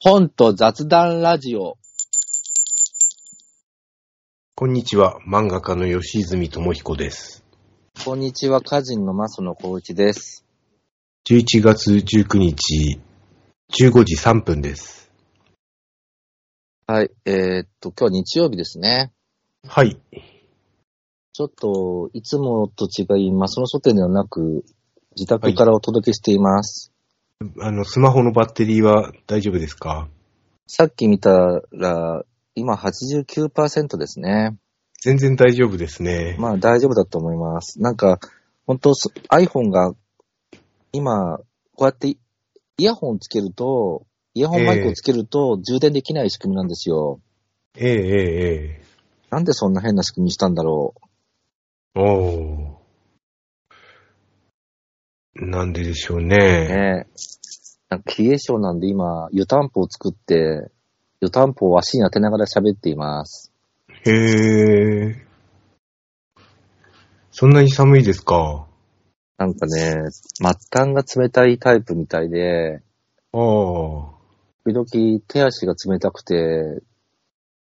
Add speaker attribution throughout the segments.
Speaker 1: 本と雑談ラジオ。
Speaker 2: こんにちは、漫画家の吉泉智彦です。
Speaker 1: こんにちは、歌人のマスの小内です。
Speaker 2: 11月19日、15時3分です。
Speaker 1: はい。えーっと、今日日曜日ですね。
Speaker 2: はい。
Speaker 1: ちょっと、いつもと違い、マスの書店ではなく、自宅からお届けしています。
Speaker 2: あの、スマホのバッテリーは大丈夫ですか
Speaker 1: さっき見たら、今89%ですね。
Speaker 2: 全然大丈夫ですね。
Speaker 1: まあ大丈夫だと思います。なんか、本当そ iPhone が、今、こうやってイヤホンつけると、イヤホンマイクをつけると充電できない仕組みなんですよ。
Speaker 2: えええええ
Speaker 1: なんでそんな変な仕組みにしたんだろ
Speaker 2: えおー。なんででしょう
Speaker 1: う。
Speaker 2: ね。
Speaker 1: ねえ。なんか冷え性なんで今、湯たんぽを作って、湯たんぽを足に当てながら喋っています。
Speaker 2: へえ。そんなに寒いですか
Speaker 1: なんかね、末端が冷たいタイプみたいで、
Speaker 2: ああ。
Speaker 1: 時々手足が冷たくて、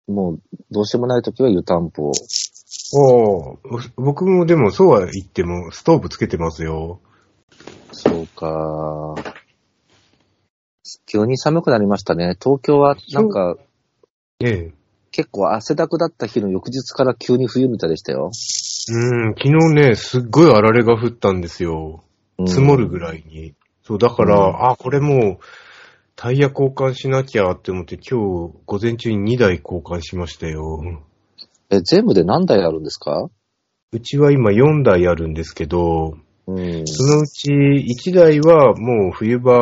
Speaker 1: もうどうしようもない時は湯たんぽ。
Speaker 2: おー僕もでもそうは言っても、ストーブつけてますよ。
Speaker 1: そうか。急に寒くなりましたね。東京はなんか
Speaker 2: ええ。
Speaker 1: 結構汗だくだった日の翌日から急に冬みたいでしたよ。
Speaker 2: うーん、昨日ね、すっごいあられが降ったんですよ。
Speaker 1: うん
Speaker 2: 積もるぐらいに。そう、だから、
Speaker 1: うん
Speaker 2: あ、これもう、タイヤ交換しなきゃって思って、今日、午前中に2台交換しましたよ。
Speaker 1: え、全部で何台あるんですか
Speaker 2: うちは今4台あるんですけど、
Speaker 1: うん。
Speaker 2: そのうち1台はもう冬場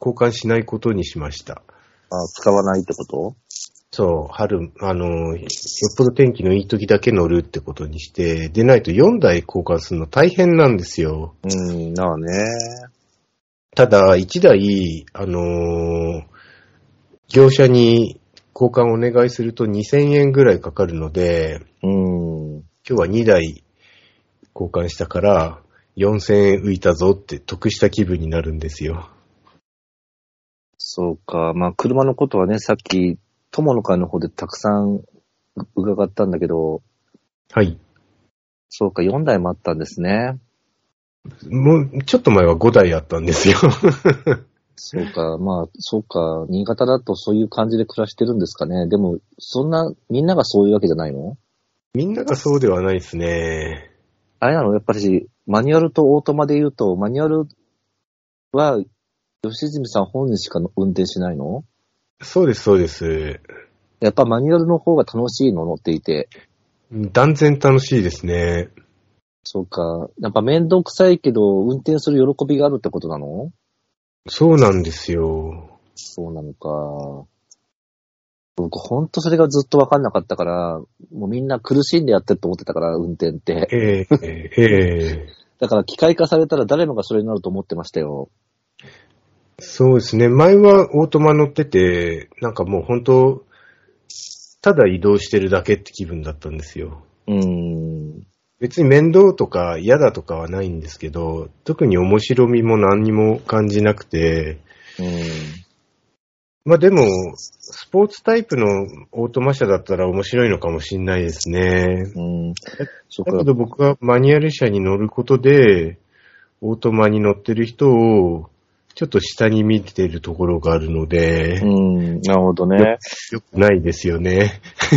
Speaker 2: 交換しないことにしました。
Speaker 1: あ使わないってこと
Speaker 2: そう、春、あの、よっぽど天気のいい時だけ乗るってことにして、でないと4台交換するの大変なんですよ。
Speaker 1: うん、なあね。
Speaker 2: ただ、一台、あのー業者に交換お願いすると2000円ぐらいかかるので、
Speaker 1: うん。
Speaker 2: 今日は2台交換したから、4000円浮いたぞって得した気分になるんですよ。
Speaker 1: そうか。まあ、車のことはね、さっき、友の会の方でたくさん伺ったんだけど、
Speaker 2: はい。
Speaker 1: そうか、4台もあったんですね。
Speaker 2: もう、ちょっと前は5台あったんですよ。
Speaker 1: そうか、まあ、そうか、新潟だとそういう感じで暮らしてるんですかね。でも、そんな、みんながそういうわけじゃないの
Speaker 2: みんながそうではないですね。
Speaker 1: あれなのやっぱりし、マニュアルとオートマで言うと、マニュアルは、吉住さん本人しかの運転しないの
Speaker 2: そうです、そうです。
Speaker 1: やっぱマニュアルの方が楽しいの乗っていて。
Speaker 2: 断然楽しいですね。
Speaker 1: そうか。やっぱ面倒くさいけど、運転する喜びがあるってことなの
Speaker 2: そうなんですよ。
Speaker 1: そうなのか。僕、ほんとそれがずっとわかんなかったから、もうみんな苦しんでやってると思ってたから、運転って。
Speaker 2: ええええ
Speaker 1: だから機械化されたら誰もがそれになると思ってましたよ。
Speaker 2: そうですね。前はオートマ乗ってて、なんかもう本当、ただ移動してるだけって気分だったんですよ。
Speaker 1: うーん。
Speaker 2: 別に面倒とか嫌だとかはないんですけど、特に面白みも何にも感じなくて、
Speaker 1: うん。
Speaker 2: まあでも、スポーツタイプのオートマ車だったら面白いのかもしれないですね。
Speaker 1: うん。そ
Speaker 2: だけ
Speaker 1: う
Speaker 2: ど
Speaker 1: か。
Speaker 2: 僕はマニュアル車に乗ることで、オートマに乗ってる人を、ちょっと下に見てるところがあるので、
Speaker 1: うん。なるほどね。
Speaker 2: 良くないですよね。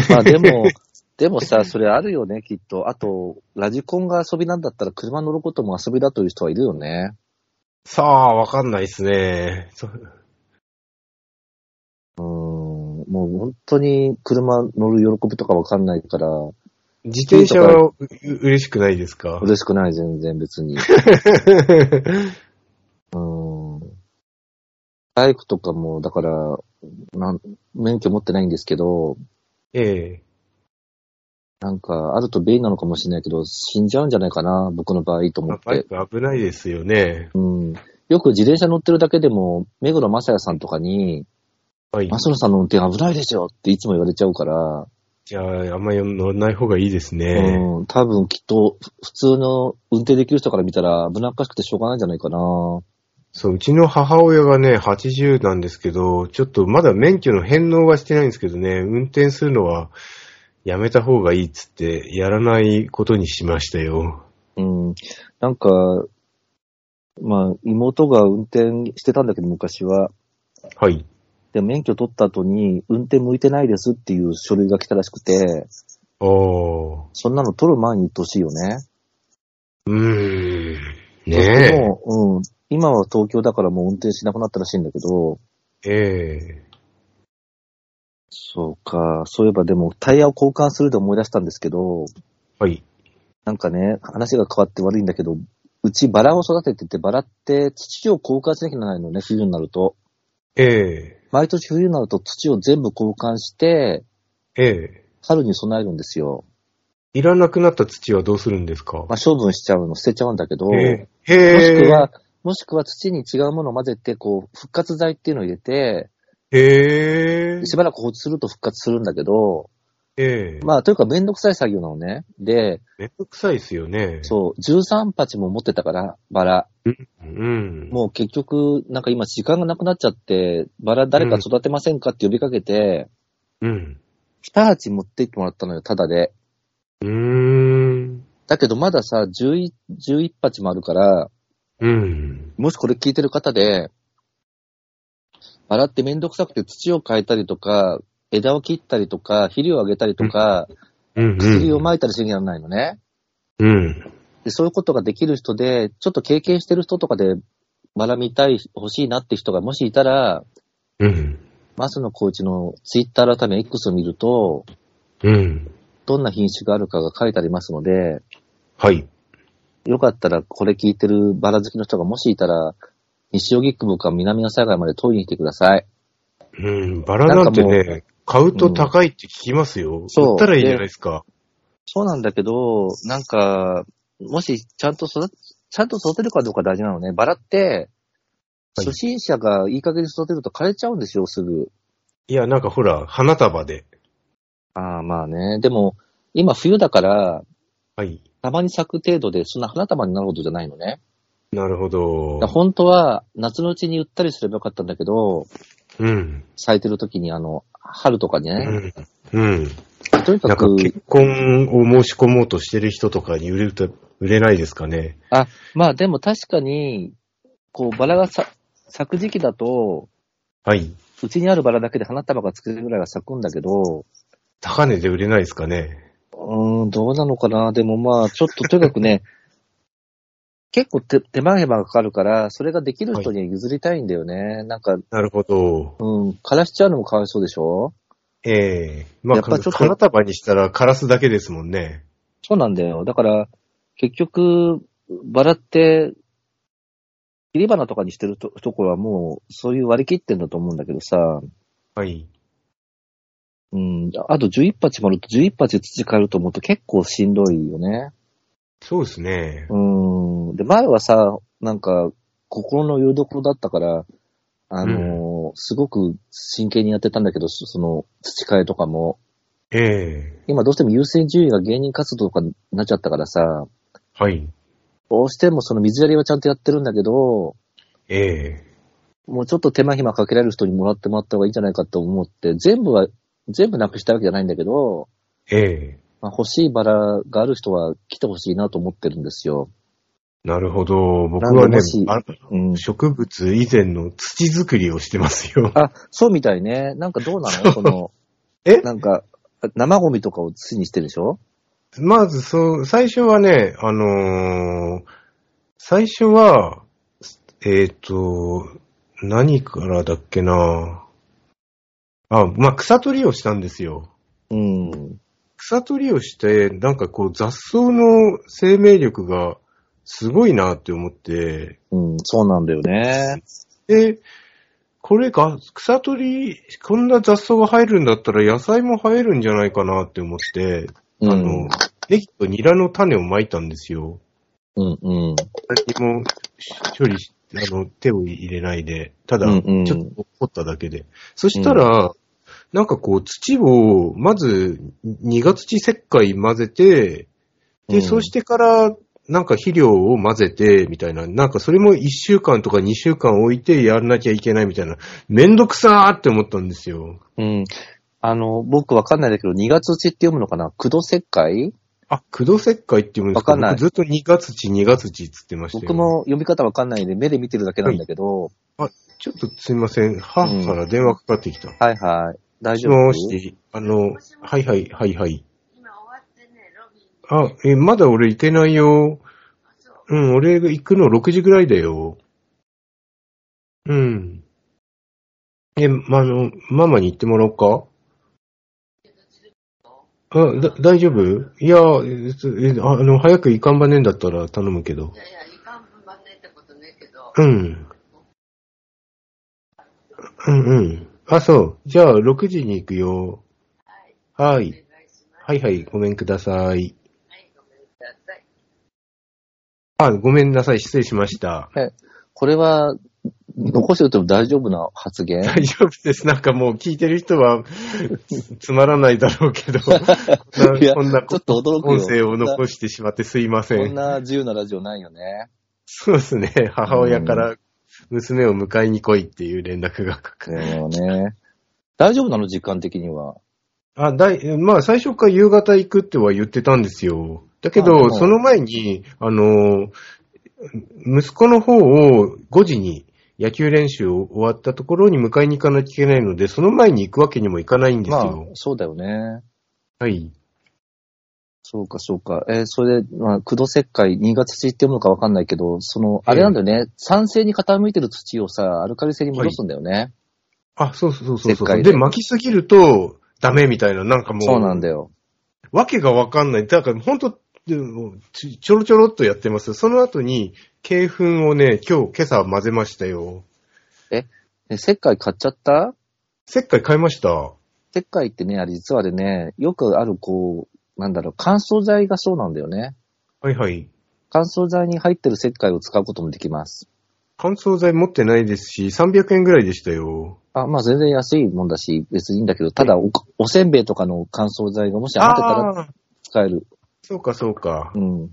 Speaker 1: まあでも、 でもさ、それあるよね、きっと。あと、ラジコンが遊びなんだったら車乗ることも遊びだという人はいるよね。
Speaker 2: さあ、わかんないですね。そ
Speaker 1: うん。もう本当に車乗る喜びとかわかんないから、
Speaker 2: 自転車はう嬉しくないで すか
Speaker 1: 嬉しくない、全然別に。うん。バイクとかも、だから、なん免許持ってないんですけど、
Speaker 2: ええ。
Speaker 1: なんか、あると便利なのかもしれないけど、死んじゃうんじゃないかな、僕の場合と思
Speaker 2: まあ
Speaker 1: っ
Speaker 2: バイ
Speaker 1: て。
Speaker 2: ク危ないですよね。
Speaker 1: うん。よく自転車乗ってるだけでも、目黒正也さんとかに、
Speaker 2: はい。
Speaker 1: 正野さんの運転危ないですよっていつも言われちゃうから、
Speaker 2: じゃあ、あんまり乗らない方がいいですね。
Speaker 1: うん、多分きっと、ふ普通の運転できる人から見たら危なっかしくてしょうがないんじゃないかな。
Speaker 2: そう、うちの母親がね、80なんですけど、ちょっとまだ免許の返納はしてないんですけどね、運転するのはやめた方がいいっつって、やらないことにしましたよ。
Speaker 1: うん。なんか、まあ、妹が運転してたんだけど、昔は。
Speaker 2: はい。
Speaker 1: で、免許取った後に、運転向いてないですっていう書類が来たらしくて、
Speaker 2: ああ。
Speaker 1: そんなの取る前に言ってほしいよね。
Speaker 2: うーん。
Speaker 1: で
Speaker 2: ね
Speaker 1: も、うん。今は東京だからもう運転しなくなったらしいんだけど、
Speaker 2: え。え
Speaker 1: そうか。そういえばでも、タイヤを交換するで思い出したんですけど、
Speaker 2: えはい。
Speaker 1: なんかね、話が変わって悪いんだけど、うちバラを育ててて、バラって土を交換しなきゃならないのね、冬になると。
Speaker 2: ええ。
Speaker 1: 毎年冬になると土を全部交換して、
Speaker 2: ええ。
Speaker 1: 春に備えるんですよ。
Speaker 2: いらなくなった土はどうするんですか
Speaker 1: まあ、処分しちゃうの、捨てちゃうんだけど、
Speaker 2: ええ。
Speaker 1: もし
Speaker 2: へ
Speaker 1: く
Speaker 2: え。
Speaker 1: は、もしくは土に違うものを混ぜて、こう、復活剤っていうのを入れて、
Speaker 2: へえ。
Speaker 1: しばらく放置すると復活するんだけど、
Speaker 2: ええ。
Speaker 1: まあ、というかめんどくさい作業なのね。で、
Speaker 2: めんどくさいですよね。
Speaker 1: そう、13鉢も持ってたから、バラ。
Speaker 2: うん。
Speaker 1: もう結局、なんか今時間がなくなっちゃって、バラ誰か育てませんかって呼びかけて、
Speaker 2: うん。
Speaker 1: 2鉢持って行ってもらったのよ、ただで。
Speaker 2: うーん。
Speaker 1: だけどまださ、11、11鉢もあるから、
Speaker 2: うん。
Speaker 1: もしこれ聞いてる方で、バラってめんどくさくて土を変えたりとか、枝を切ったりとか、肥料をあげたりとか、
Speaker 2: うん。
Speaker 1: 薬をまいたりしなきゃならないのね。
Speaker 2: うん。
Speaker 1: で、そういうことができる人で、ちょっと経験してる人とかで、バラ見たい、欲しいなって人がもしいたら、
Speaker 2: うん。
Speaker 1: マスのコーチのツイッター改め X を見ると、
Speaker 2: うん。
Speaker 1: どんな品種があるかが書いてありますので、
Speaker 2: はい。
Speaker 1: よかったらこれ聞いてるバラ好きの人がもしいたら、西荻窪か南の境まで取りに来てください。
Speaker 2: うん。バラなんて
Speaker 1: なんかも
Speaker 2: ね、買うと高いって聞きますよ。
Speaker 1: そう
Speaker 2: 売ったらいいじゃないですか。
Speaker 1: そうなんだけど、なんか、もしちゃんと育て、ちゃんと育てるかどうか大事なのね。バラって、
Speaker 2: はい
Speaker 1: 初心者がいい加減に育てると枯れちゃうんですよ、すぐ。
Speaker 2: いや、なんかほら、花束で。
Speaker 1: ああ、まあね。でも、今冬だから、
Speaker 2: はい。
Speaker 1: たまに咲く程度で、そんな花束になるほどじゃないのね。
Speaker 2: なるほ
Speaker 1: だ
Speaker 2: ど
Speaker 1: から。本当は、夏のうちに売ったりすればよかったんだけど、
Speaker 2: うん。
Speaker 1: 咲いてる時に、あの、春とかに
Speaker 2: う
Speaker 1: ね、
Speaker 2: ん。うん。
Speaker 1: とにか
Speaker 2: なんか
Speaker 1: く、
Speaker 2: 結婚を申し込もうとしてる人とかに売れると、売れないですかね。
Speaker 1: あ、まあでも確かに、こう、バラがさ咲く時期だと、
Speaker 2: はい。
Speaker 1: うちにあるバラだけで花束が作れるぐらいは咲くんだけど、
Speaker 2: 高値で売れないですかね。
Speaker 1: うーん、どうなのかな。でもまあ、ちょっととにかくね、 結構手手間暇がかかるから、それができる人には譲りたいんだよね。なんか、
Speaker 2: なるほど。
Speaker 1: うん、枯らしちゃうのもかわいそうでしょ
Speaker 2: ええま
Speaker 1: や
Speaker 2: あ、
Speaker 1: っぱちょっと
Speaker 2: 花束にしたらカラスだけですもんね。
Speaker 1: そうなんだよ。だから、結局、バラって、切り花とかにしてるとところはもう、そういう割り切ってんだと思うんだけどさ、
Speaker 2: はい。
Speaker 1: うん、あと11鉢もあると、11鉢土変えると思うと結構しんどいよね。
Speaker 2: そうですね。
Speaker 1: うん。で、前はさ、なんか、心の拠り所だったから、あのーすごく真剣にやってたんだけど、そその、土替えとかも。
Speaker 2: ええ
Speaker 1: 今どうしても優先順位が芸人活動とかになっちゃったからさ、
Speaker 2: はい。
Speaker 1: どうしてもその水やりはちゃんとやってるんだけど、
Speaker 2: ええ
Speaker 1: もうちょっと手間暇かけられる人にもらってもらった方がいいんじゃないかと思って、全部は、全部なくしたわけじゃないんだけど、
Speaker 2: ええ
Speaker 1: まあ、欲しいバラがある人は来てほしいなと思ってるんですよ。
Speaker 2: なるほど。僕
Speaker 1: な
Speaker 2: は
Speaker 1: んで
Speaker 2: ね
Speaker 1: もし、
Speaker 2: あ
Speaker 1: うん。
Speaker 2: 植物以前の土作りをしてますよ。
Speaker 1: あ、そうみたいね。なんかどうなのその、
Speaker 2: え
Speaker 1: なんか、生ゴミとかを土にしてるでしょ
Speaker 2: まず、そう、最初はね、あのー最初は、えっ、と、何からだっけなあ、まあ、草取りをしたんですよ。
Speaker 1: うん。
Speaker 2: 草取りをして、なんかこう雑草の生命力がすごいなって思って、
Speaker 1: うん、そうなんだよね。
Speaker 2: で、これが、草取り、こんな雑草が入るんだったら野菜も生えるんじゃないかなって思って、
Speaker 1: う
Speaker 2: あ
Speaker 1: ん
Speaker 2: の、、ネギとニラの種をまいたんですよ。
Speaker 1: うん、うん。
Speaker 2: 何も処理し、あの、手を入れないで、ただ、
Speaker 1: うん
Speaker 2: ち
Speaker 1: うん
Speaker 2: ょっと掘っただけで。そしたら、なんかこう、土を、まず、に苦土石灰混ぜて、で、そうしててから、なんか肥料を混ぜて、みたいな、なんかそれも1週間とか2週間置いてやらなきゃいけないみたいな、めんどくさーって思ったんですよ。
Speaker 1: うん。あの、僕わかんないんだけど、2月地って読むのかな駆動石灰
Speaker 2: あ、駆動石灰って言うんです
Speaker 1: わかんない
Speaker 2: 僕ずっと2月地、2月地っつってましたよ。
Speaker 1: 僕。も読み方わかんないんで、目で見てるだけなんだけど、
Speaker 2: ちょっとすいません、母から電話かかってきた。
Speaker 1: はいはい。大丈夫
Speaker 2: もし、あの、はいはい、はいはい。
Speaker 3: 今終わってね、ロビンに。
Speaker 2: あ、え、まだ俺行けないよ。
Speaker 3: あ、そう。
Speaker 2: うん、俺が行くの6時ぐらいだよ。うん。え、ま、あの、ママに行ってもらおうかあ、だ、大丈夫いや、えすえああの、早く行かんばねんだったら頼むけど
Speaker 3: い。やいや、いかんぶんばねってことねえけど。
Speaker 2: うん。うんうん。あ、そう。じゃあ、6時に行くよ。
Speaker 3: はい。
Speaker 2: は
Speaker 3: お願
Speaker 2: い。
Speaker 3: いします。
Speaker 2: はいはい、ごめんください。
Speaker 3: はい、ごめんなさい。
Speaker 2: あ、ごめんなさい、失礼しました。
Speaker 1: これは、残しておいても大丈夫な発 言
Speaker 2: 大丈夫です。なんかもう聞いてる人はつつまらないだろうけど、こん
Speaker 1: いや
Speaker 2: なこんな
Speaker 1: ちょっと驚くよ。
Speaker 2: 音声を残してしまってすいませ
Speaker 1: こん
Speaker 2: ん。
Speaker 1: な自由なラジオないよね。
Speaker 2: そうですね。母親から娘を迎えに来いっていう連絡がかかる。
Speaker 1: そうね。大丈夫なの実感的には。
Speaker 2: あ、だい、まあ最初から夕方行くっては言ってたんですよ。だけ
Speaker 1: あそ
Speaker 2: ど、
Speaker 1: う
Speaker 2: その前に、あの、息子の方を5時に野球練習を終わったところに迎えに行かなきゃいけないので、その前に行くわけにもいかないんです
Speaker 1: まあ
Speaker 2: よ、。
Speaker 1: そうだよね。
Speaker 2: はい。
Speaker 1: そうか、そうか。えーそれで、まあ、駆動石灰、新潟土って読むのかわかんないけど、その、あれなんだよね、酸性に傾いてる土をさ、アルカリ性に戻すんだよね。
Speaker 2: あ、そうそうそう
Speaker 1: 石
Speaker 2: そう
Speaker 1: 灰で
Speaker 2: で、巻きすぎると、ダメみたいな、なんかもう、
Speaker 1: そうなんだよ。
Speaker 2: わけがわかんない。だから、ほんと、でもちちょろちょろっとやってます。その後に、鶏粉をね、今日、今朝混ぜましたよ。
Speaker 1: で石灰買っちゃった
Speaker 2: 石灰買いました。
Speaker 1: 石灰ってね、あれ実はあれね、よくあるこう、なんだろう、乾燥剤がそうなんだよね。
Speaker 2: はいはい。
Speaker 1: 乾燥剤に入ってる石灰を使うこともできます。
Speaker 2: 乾燥剤持ってないですし、300円ぐらいでしたよ。
Speaker 1: あ、まあ全然安いもんだし、別にいいんだけど、ただお、おせんべいとかの乾燥剤がもし余ってたら
Speaker 2: あー、
Speaker 1: 使える。
Speaker 2: そうかそうか。
Speaker 1: うん。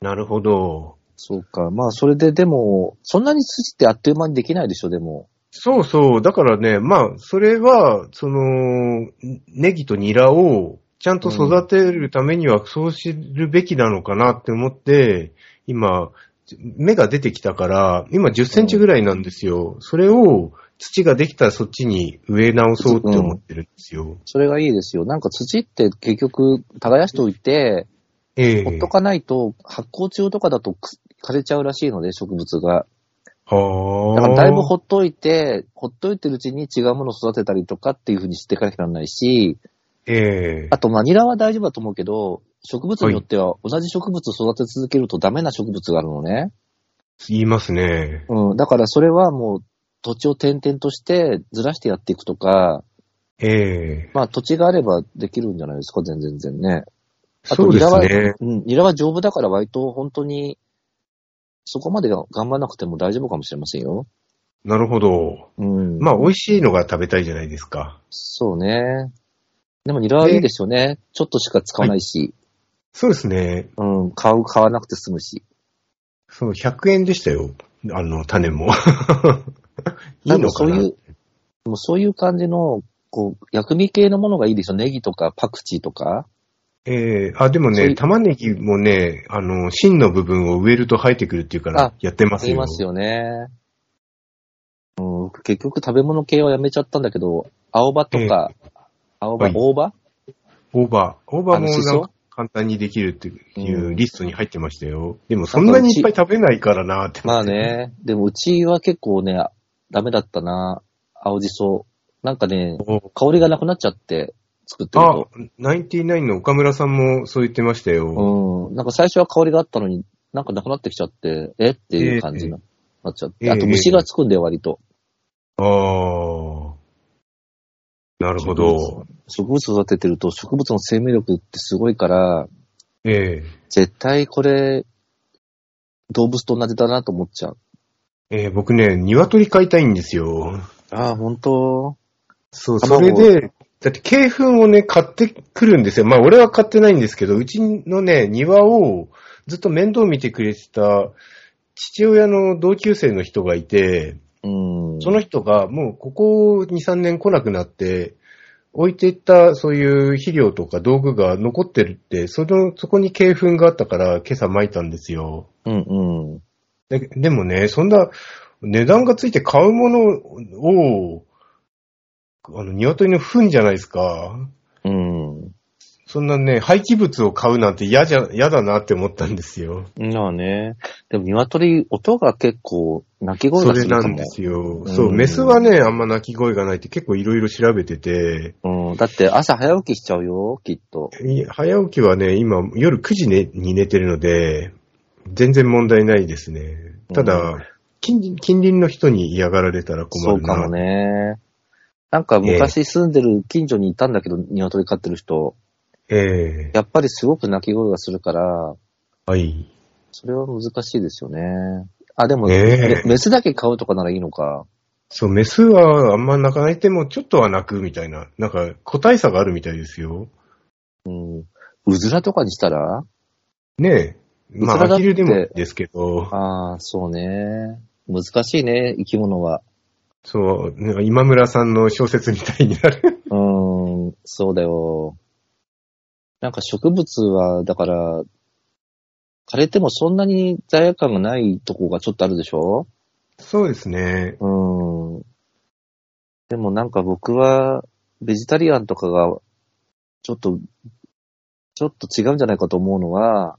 Speaker 2: なるほど。
Speaker 1: そうか。まあそれででも、そんなに土ってあっという間にできないでしょ、でも。
Speaker 2: そうそう。だからね、まあ、それは、その、ネギとニラをちゃんと育てるためにはそうするべきなのかなって思って、今、芽が出てきたから、今10センチぐらいなんですよ。それを土ができたらそっちに植え直そうって思ってるんですよ。
Speaker 1: それがいいですよ。なんか土って結局、耕しておいて、
Speaker 2: ええ
Speaker 1: ほっとかないと、発酵中とかだとく枯れちゃうらしいので、植物が。
Speaker 2: は
Speaker 1: だ
Speaker 2: あ。
Speaker 1: からだいぶほっといて、ほっといてるうちに違うものを育てたりとかっていうふうにしていかなきゃならないし、
Speaker 2: ええ
Speaker 1: あとマニラは大丈夫だと思うけど、植物によっては同じ植物を育て続けるとダメな植物があるのね。
Speaker 2: 言いますね。
Speaker 1: うん。だからそれはもう土地を点々としてずらしてやっていくとか、
Speaker 2: ええ
Speaker 1: まあ土地があればできるんじゃないですか、全然全然ね。あ
Speaker 2: そ
Speaker 1: と
Speaker 2: う
Speaker 1: ニ
Speaker 2: で
Speaker 1: ラ
Speaker 2: す
Speaker 1: は
Speaker 2: ね。
Speaker 1: うん。ニラは丈夫だから割と本当に、そこまでが頑張らなくても大丈夫かもしれませんよ。
Speaker 2: なるほど。
Speaker 1: うん。
Speaker 2: まあ、美味しいのが食べたいじゃないですか。
Speaker 1: そうね。でもニラはいいですよね。ちょっとしか使わないし、
Speaker 2: そうですね。
Speaker 1: うん、買う、買わなくて済むし。
Speaker 2: そう、100円でしたよ。あの、種も。い
Speaker 1: ないんか
Speaker 2: のか
Speaker 1: そう
Speaker 2: な
Speaker 1: いう、もうそういう感じの、こう、薬味系のものがいいでしょ。ネギとかパクチーとか。
Speaker 2: ええあ、でも
Speaker 1: そうい
Speaker 2: ね、
Speaker 1: う
Speaker 2: 玉ねぎもね、あの、芯の部分を植えると生えてくるっていうか
Speaker 1: あ
Speaker 2: ら、やってます
Speaker 1: 言い
Speaker 2: よ。
Speaker 1: ますよね。うん、結局食べ物系はやめちゃったんだけど、青葉とか、青葉、
Speaker 2: はい
Speaker 1: 大葉
Speaker 2: オーバー。オーバーも
Speaker 1: あのシ
Speaker 2: な
Speaker 1: ソ
Speaker 2: んか簡単にできるっていううんリストに入ってましたよ。でも、そんなにいっぱい食べないからなって。
Speaker 1: まあ。ね。でもうちは結構ね、ダメだったな。青じそ。なんかね、
Speaker 2: お
Speaker 1: 香りがなくなっちゃって、作ってる
Speaker 2: あ
Speaker 1: と。、
Speaker 2: ナインティナインの岡村さんもそう言ってましたよ。
Speaker 1: うん。なんか最初は香りがあったのに、なんかなくなってきちゃって、えっていう感じになっちゃって。
Speaker 2: ええ
Speaker 1: あと虫がつくんだよ、割と。
Speaker 2: ああ。なるほど。
Speaker 1: 植物育ててると植物の生命力ってすごいから、
Speaker 2: ええ
Speaker 1: 絶対これ、動物と同じだなと思っちゃう。
Speaker 2: えー僕ね、鶏飼いたいんですよ。
Speaker 1: ああ、本当
Speaker 2: そう、それ
Speaker 1: 卵
Speaker 2: で、だって、鶏粉をね、買ってくるんですよ。まあ、俺は買ってないんですけど、うちのね、庭を、ずっと面倒見てくれてた父親の同級生の人がいて、
Speaker 1: うん。
Speaker 2: その人がもうここ2、3年来なくなって、置いていったそういう肥料とか道具が残ってるって、その、そこに鶏粉があったから今朝撒いたんですよ。
Speaker 1: うんうん。
Speaker 2: ででもね、そんな値段がついて買うものを、あの、鶏の糞じゃないですか。
Speaker 1: うん。
Speaker 2: そんなね、廃棄物を買うなんて嫌じゃ、嫌だなって思ったんですよ。
Speaker 1: まあね。でも鶏、音が結構、鳴き声
Speaker 2: そ
Speaker 1: が
Speaker 2: れ
Speaker 1: する
Speaker 2: な
Speaker 1: か
Speaker 2: ん
Speaker 1: も
Speaker 2: で。すよ。
Speaker 1: うん
Speaker 2: そう、メスはね、あんま鳴き声がないって結構いろいろ調べてて、
Speaker 1: うん。だって朝早起きしちゃうよ、きっと。
Speaker 2: い早起きはね、今夜9時、ね、に寝てるので、全然問題ないですね。た
Speaker 1: う
Speaker 2: だ、近隣近隣の人に嫌がられたら
Speaker 1: そ
Speaker 2: 困
Speaker 1: う
Speaker 2: る
Speaker 1: かも
Speaker 2: な。
Speaker 1: ね。なんか昔住んでる近所にいたんだけど、鶏飼ってる人。
Speaker 2: ええ
Speaker 1: やっぱりすごく鳴き声がするから、
Speaker 2: はい。
Speaker 1: それは難しいですよね。あ、でも、
Speaker 2: ねえ
Speaker 1: メスだけ飼うとかならいいのか。
Speaker 2: そう、メスはあんま鳴かないでも、ちょっとは鳴くみたいな、なんか個体差があるみたいですよ。
Speaker 1: うん。うずらとかにしたら
Speaker 2: ねえ。ま
Speaker 1: うちら
Speaker 2: あ、
Speaker 1: だ
Speaker 2: ア
Speaker 1: って
Speaker 2: ヒルでもいいですけど、
Speaker 1: ああ、そうね。難しいね、生き物は。
Speaker 2: そう、なんか今村さんの小説みたいになる。
Speaker 1: うーん、そうだよ。なんか植物は、だから、枯れてもそんなに罪悪感がないとこがちょっとあるでしょ
Speaker 2: そうですね。
Speaker 1: うーん。でもなんか僕は、ベジタリアンとかが、ちょっと、ちょっと違うんじゃないかと思うのは、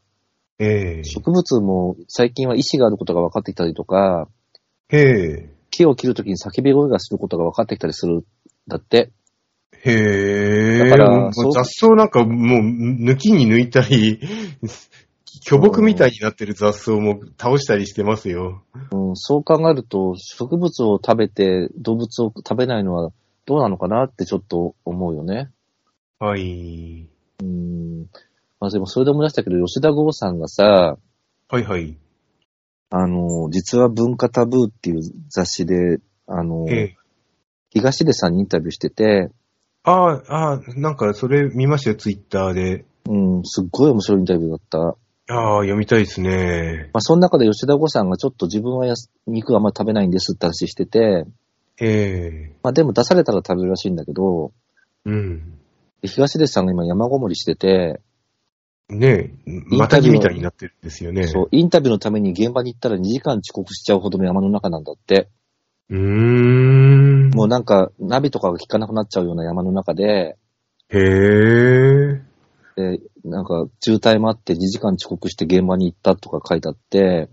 Speaker 2: ええ
Speaker 1: 植物も最近は意志があることが分かってきたりとか、
Speaker 2: へえ。
Speaker 1: 木を切るときに叫び声がすることが分かってきたりするんだって。
Speaker 2: へ
Speaker 1: だ
Speaker 2: え。
Speaker 1: から
Speaker 2: もう
Speaker 1: そう
Speaker 2: 雑草なんかもう抜きに抜いたり、巨木みたいになってる雑草も倒したりしてますよ。
Speaker 1: うん、そう考えると、植物を食べて動物を食べないのはどうなのかなってちょっと思うよね。
Speaker 2: はい。
Speaker 1: うん。まあでもそれで思い出したけど、吉田剛さんがさ、
Speaker 2: はいはい。
Speaker 1: あの、実は文化タブーっていう雑誌で、あの、
Speaker 2: ええ。
Speaker 1: 東出さんにインタビューしてて、
Speaker 2: ああ、ああ、なんかそれ見ましたよ、ツイッターで。
Speaker 1: うん、すっごい面白いインタビューだった。ま
Speaker 2: ああ、読みたいですね。
Speaker 1: あその中で吉田剛さんがちょっと自分はやす肉はあんまり食べないんですって話してて、
Speaker 2: ええ
Speaker 1: まあでも出されたら食べるらしいんだけど、
Speaker 2: うん。
Speaker 1: 東出さんが今山ごもりしてて、
Speaker 2: ねえ、またぎみたいになってるんですよね。
Speaker 1: そう、インタビューのために現場に行ったら2時間遅刻しちゃうほどの山の中なんだって。
Speaker 2: う。うーん。
Speaker 1: もうなんか、ナビとかが効かなくなっちゃうような山の中で、
Speaker 2: へえ。
Speaker 1: で、なんか、渋滞もあって2時間遅刻して現場に行ったとか書いてあって、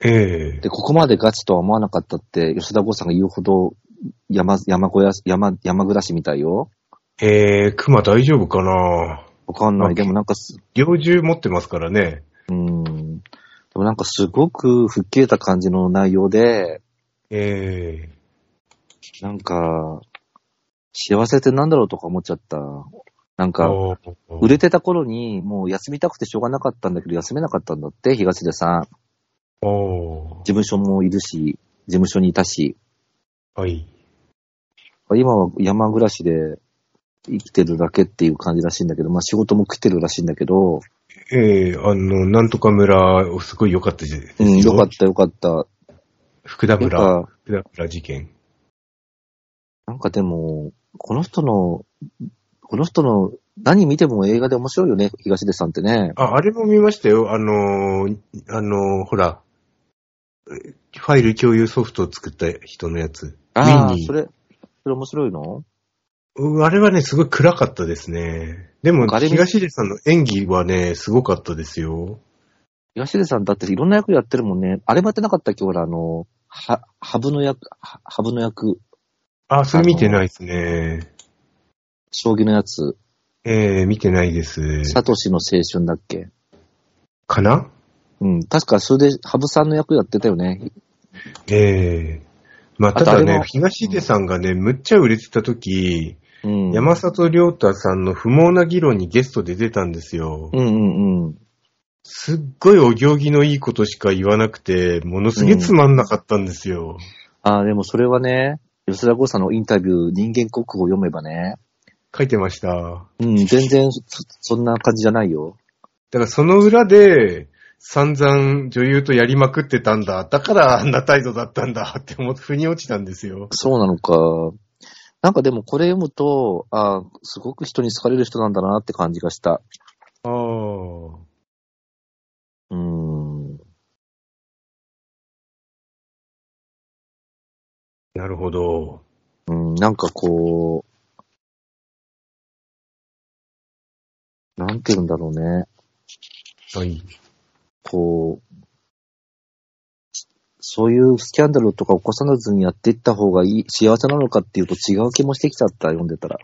Speaker 2: ええ
Speaker 1: で、ここまでガチとは思わなかったって、吉田剛さんが言うほど、山、山小屋、山、山暮らしみたいよ。
Speaker 2: ええ熊大丈夫かな
Speaker 1: わかんな
Speaker 2: ま
Speaker 1: い。
Speaker 2: あ
Speaker 1: でもなんかす、
Speaker 2: 猟銃持ってますからね。
Speaker 1: うん。でもなんかすごく吹っ切れた感じの内容で、
Speaker 2: ええ
Speaker 1: なんか、幸せってなんだろうとか思っちゃった。なんか、
Speaker 2: おー
Speaker 1: 売れてた頃に、もう休みたくてしょうがなかったんだけど、休めなかったんだって、東出さん。
Speaker 2: お
Speaker 1: 事務所もいるし、事務所にいたし、
Speaker 2: ーはい。
Speaker 1: 今は山暮らしで生きてるだけっていう感じらしいんだけど、まあ仕事も来てるらしいんだけど、
Speaker 2: ええあの、なんとか村、すごい良かったじゃないです
Speaker 1: うん、よかったよかった。
Speaker 2: 福田
Speaker 1: なん
Speaker 2: 村、
Speaker 1: か、
Speaker 2: 福田村事件。
Speaker 1: なんかでも、この人の、この人の何見ても映画で面白いよね、東出さんってね。
Speaker 2: あ、あれも見ましたよ。あのー、あのー、ほら、えファイル共有ソフトを作った人のやつ。
Speaker 1: あ
Speaker 2: ウィ
Speaker 1: あ、
Speaker 2: ニー
Speaker 1: それ、それ面白いの
Speaker 2: うあれはね、すごい暗かったですね。でも、
Speaker 1: あれ見
Speaker 2: 東出さんの演技はね、すごかったですよ。
Speaker 1: 東出さんだっていろんな役やってるもんね。あれもやってなかったっけほら、あの、は、ハブの役、はハブの役、
Speaker 2: あ、それ見てないですね。
Speaker 1: 将棋のやつ、
Speaker 2: えー、見てないです。
Speaker 1: サトシの青春だっけ
Speaker 2: かな
Speaker 1: うん、確かそれで、羽生さんの役やってたよね。
Speaker 2: ええまあ、
Speaker 1: あと
Speaker 2: ただ
Speaker 1: あれ
Speaker 2: ね
Speaker 1: も、
Speaker 2: 東出さんがね、むっちゃ売れてた時、
Speaker 1: うん。
Speaker 2: 山里亮太さんの不毛な議論にゲストで出たんですよ。
Speaker 1: うんうんうん。
Speaker 2: すっごいお行儀のいいことしか言わなくて、ものすげえつまんなかったんですよ。
Speaker 1: ああ、でもそれはね、吉田剛さんのインタビュー、人間国宝を読めばね、
Speaker 2: 書いてました。だか
Speaker 1: うん、全然そそんな感じじゃないよ。
Speaker 2: らその裏で、散々女優とやりまくってたんだ。だからあんな態度だったんだって思って、腑に落ちたんですよ。
Speaker 1: そうなのか。なんかでもこれ読むと、あーすごく人に好かれる人なんだなって感じがした。
Speaker 2: ああ。
Speaker 1: うーん。
Speaker 2: なるほど。
Speaker 1: うん、なんかこう、なんて言うんだろうね。
Speaker 2: はい。
Speaker 1: こう、そういうスキャンダルとか起こさずにやっていった方がいい、幸せなのかっていうと違う気もしてきちゃった、読んでたら。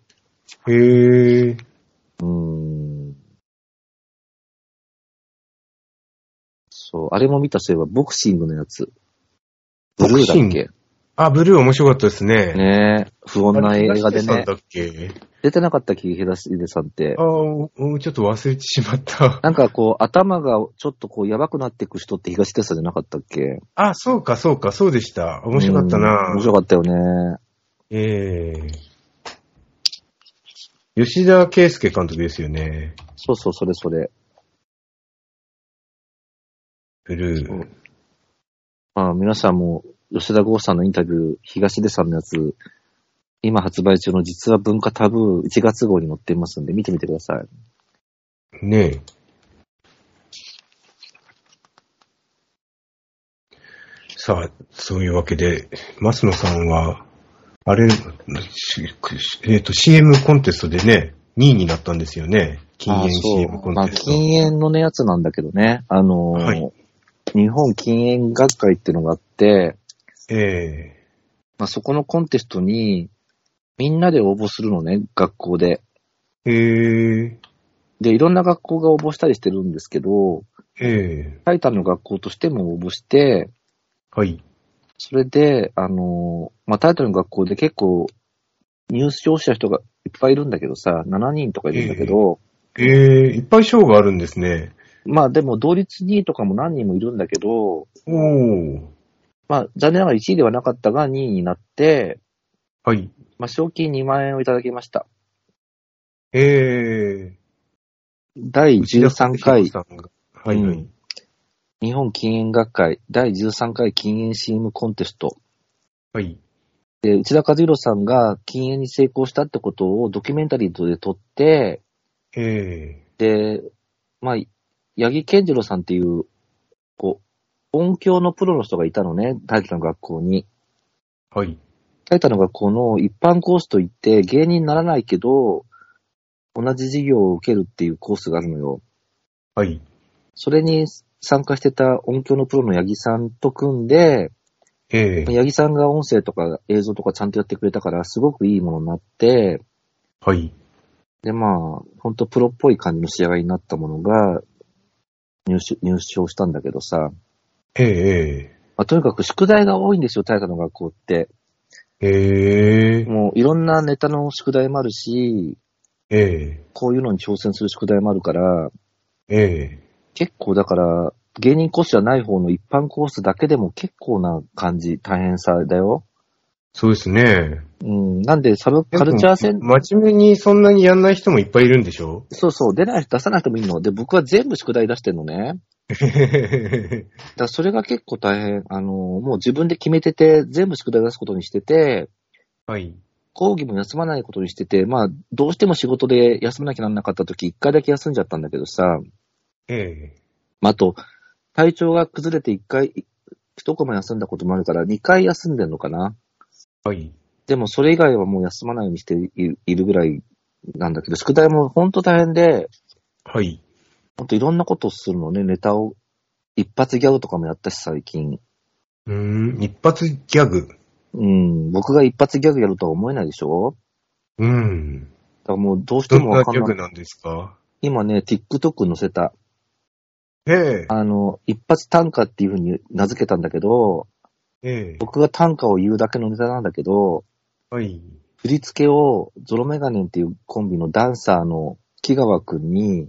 Speaker 2: へえ。
Speaker 1: うーん。そう、あれも見た、そういえば、ボクシングのやつ。ブルーだっけ
Speaker 2: あ、ブルー面白かったですね。
Speaker 1: ねえ、不
Speaker 2: こ
Speaker 1: 穏な映画で
Speaker 2: なん
Speaker 1: ね
Speaker 2: だ。っけ
Speaker 1: 出てなかったっけ、東出さんって
Speaker 2: あ。あ、うんちょっと忘れてしま った。
Speaker 1: なんかこう、頭がちょっとこう、やばくなっていく人って東出さんじゃなかったっけ
Speaker 2: あ、そうか、そうか、そうでした。面白かった
Speaker 1: う。
Speaker 2: なん
Speaker 1: 面白かったよね。
Speaker 2: ええ吉田圭介監督ですよね。
Speaker 1: そうそう、それそれ。
Speaker 2: ブル
Speaker 1: そう
Speaker 2: ー。
Speaker 1: まあ、皆さんも、吉田剛さんのインタビュー、東出さんのやつ、今発売中の実は文化タブー1月号に載っていますんで、見てみてください。
Speaker 2: ねえさあ、そういうわけで、増野さんは、あれ、ししえっ、と、CM コンテストでね、2位になったんですよね。禁
Speaker 1: ああ
Speaker 2: 煙
Speaker 1: そう
Speaker 2: CM コ
Speaker 1: まあ、
Speaker 2: ンテスト。
Speaker 1: 禁煙のね、やつなんだけどね。あのー
Speaker 2: はい
Speaker 1: 日本禁煙学会っていうのがあって、
Speaker 2: ええ
Speaker 1: まあ、そこのコンテストに、みんなで応募するのね、学校で。
Speaker 2: ええ
Speaker 1: で、いろんな学校が応募したりしてるんですけど、
Speaker 2: ええ
Speaker 1: タイタンの学校としても応募して、
Speaker 2: はい。
Speaker 1: それで、あのーまあ、タイタンの学校で結構、入賞した人がいっぱいいるんだけどさ、7人とかいるんだけど、
Speaker 2: ええいっぱい賞があるんですね。
Speaker 1: まあでも同率2位とかも何人もいるんだけど、
Speaker 2: おー。
Speaker 1: まあ残念ながら1位ではなかったが2位になって、
Speaker 2: はい。
Speaker 1: まあ、賞金2万円をいただきました。
Speaker 2: ええ
Speaker 1: 第13回
Speaker 2: 内田さんがはい、はい。
Speaker 1: うん日本禁煙学会第13回禁煙 CM コンテスト。
Speaker 2: はい。
Speaker 1: で、内田和弘さんが禁煙に成功したってことをドキュメンタリーで撮って、
Speaker 2: ええ
Speaker 1: で、まあ、八木健次郎さんっていう、こう、音響のプロの人がいたのね、大田の学校に。
Speaker 2: はい。
Speaker 1: 大田の学校の一般コースといって、芸人にならないけど、同じ授業を受けるっていうコースがあるのよ。
Speaker 2: はい。
Speaker 1: それに参加してた音響のプロの八木さんと組んで、
Speaker 2: ええ
Speaker 1: 八木さんが音声とか映像とかちゃんとやってくれたから、すごくいいものになって、
Speaker 2: はい。
Speaker 1: で、まあ、ほんとプロっぽい感じの仕上がりになったものが入手、入賞したんだけどさ、
Speaker 2: ええ
Speaker 1: まあ、とにかく宿題が多いんですよ、大化の学校って。
Speaker 2: ええ
Speaker 1: もういろんなネタの宿題もあるし、
Speaker 2: ええ
Speaker 1: こういうのに挑戦する宿題もあるから、
Speaker 2: ええ
Speaker 1: 結構だから、芸人コースじゃない方の一般コースだけでも結構な感じ、大変さだよ。
Speaker 2: そうですね。
Speaker 1: うん、なんで、サブカルチャーセンター、
Speaker 2: 真面目にそんなにやんない人もいっぱいいるんでし ょ
Speaker 1: そうそう、出ない、出さない人もいるの。で、僕は全部宿題出してんのね。だからそれが結構大変。あの、もう自分で決めてて、全部宿題出すことにしてて、
Speaker 2: はい。
Speaker 1: 講義も休まないことにしてて、まあ、どうしても仕事で休まなきゃなんなかった時、一回だけ休んじゃったんだけどさ、
Speaker 2: ええ
Speaker 1: まあ、あと、体調が崩れて一回、一コマ休んだこともあるから、二回休んでんのかな。
Speaker 2: はい。
Speaker 1: でも、それ以外はもう休まないようにしているいるぐらいなんだけど、宿題も本当大変で、
Speaker 2: はい。
Speaker 1: ほんといろんなことをするのね、ネタを。一発ギャグとかもやったし、最近。
Speaker 2: うーん、一発ギャグ。
Speaker 1: うん、僕が一発ギャグやるとは思えないでしょ
Speaker 2: うん。
Speaker 1: だからもうどうして
Speaker 2: どん
Speaker 1: もわ
Speaker 2: な
Speaker 1: か
Speaker 2: ギ
Speaker 1: んな
Speaker 2: ャグ
Speaker 1: い。
Speaker 2: なんですか
Speaker 1: 今ね、TikTok に載せた、
Speaker 2: ええ
Speaker 1: あの、一発短歌っていうふうに名付けたんだけど、
Speaker 2: ええ
Speaker 1: 僕が短歌を言うだけのネタなんだけど、
Speaker 2: はい。
Speaker 1: 振り付けをゾロメガネンっていうコンビのダンサーの木川くんに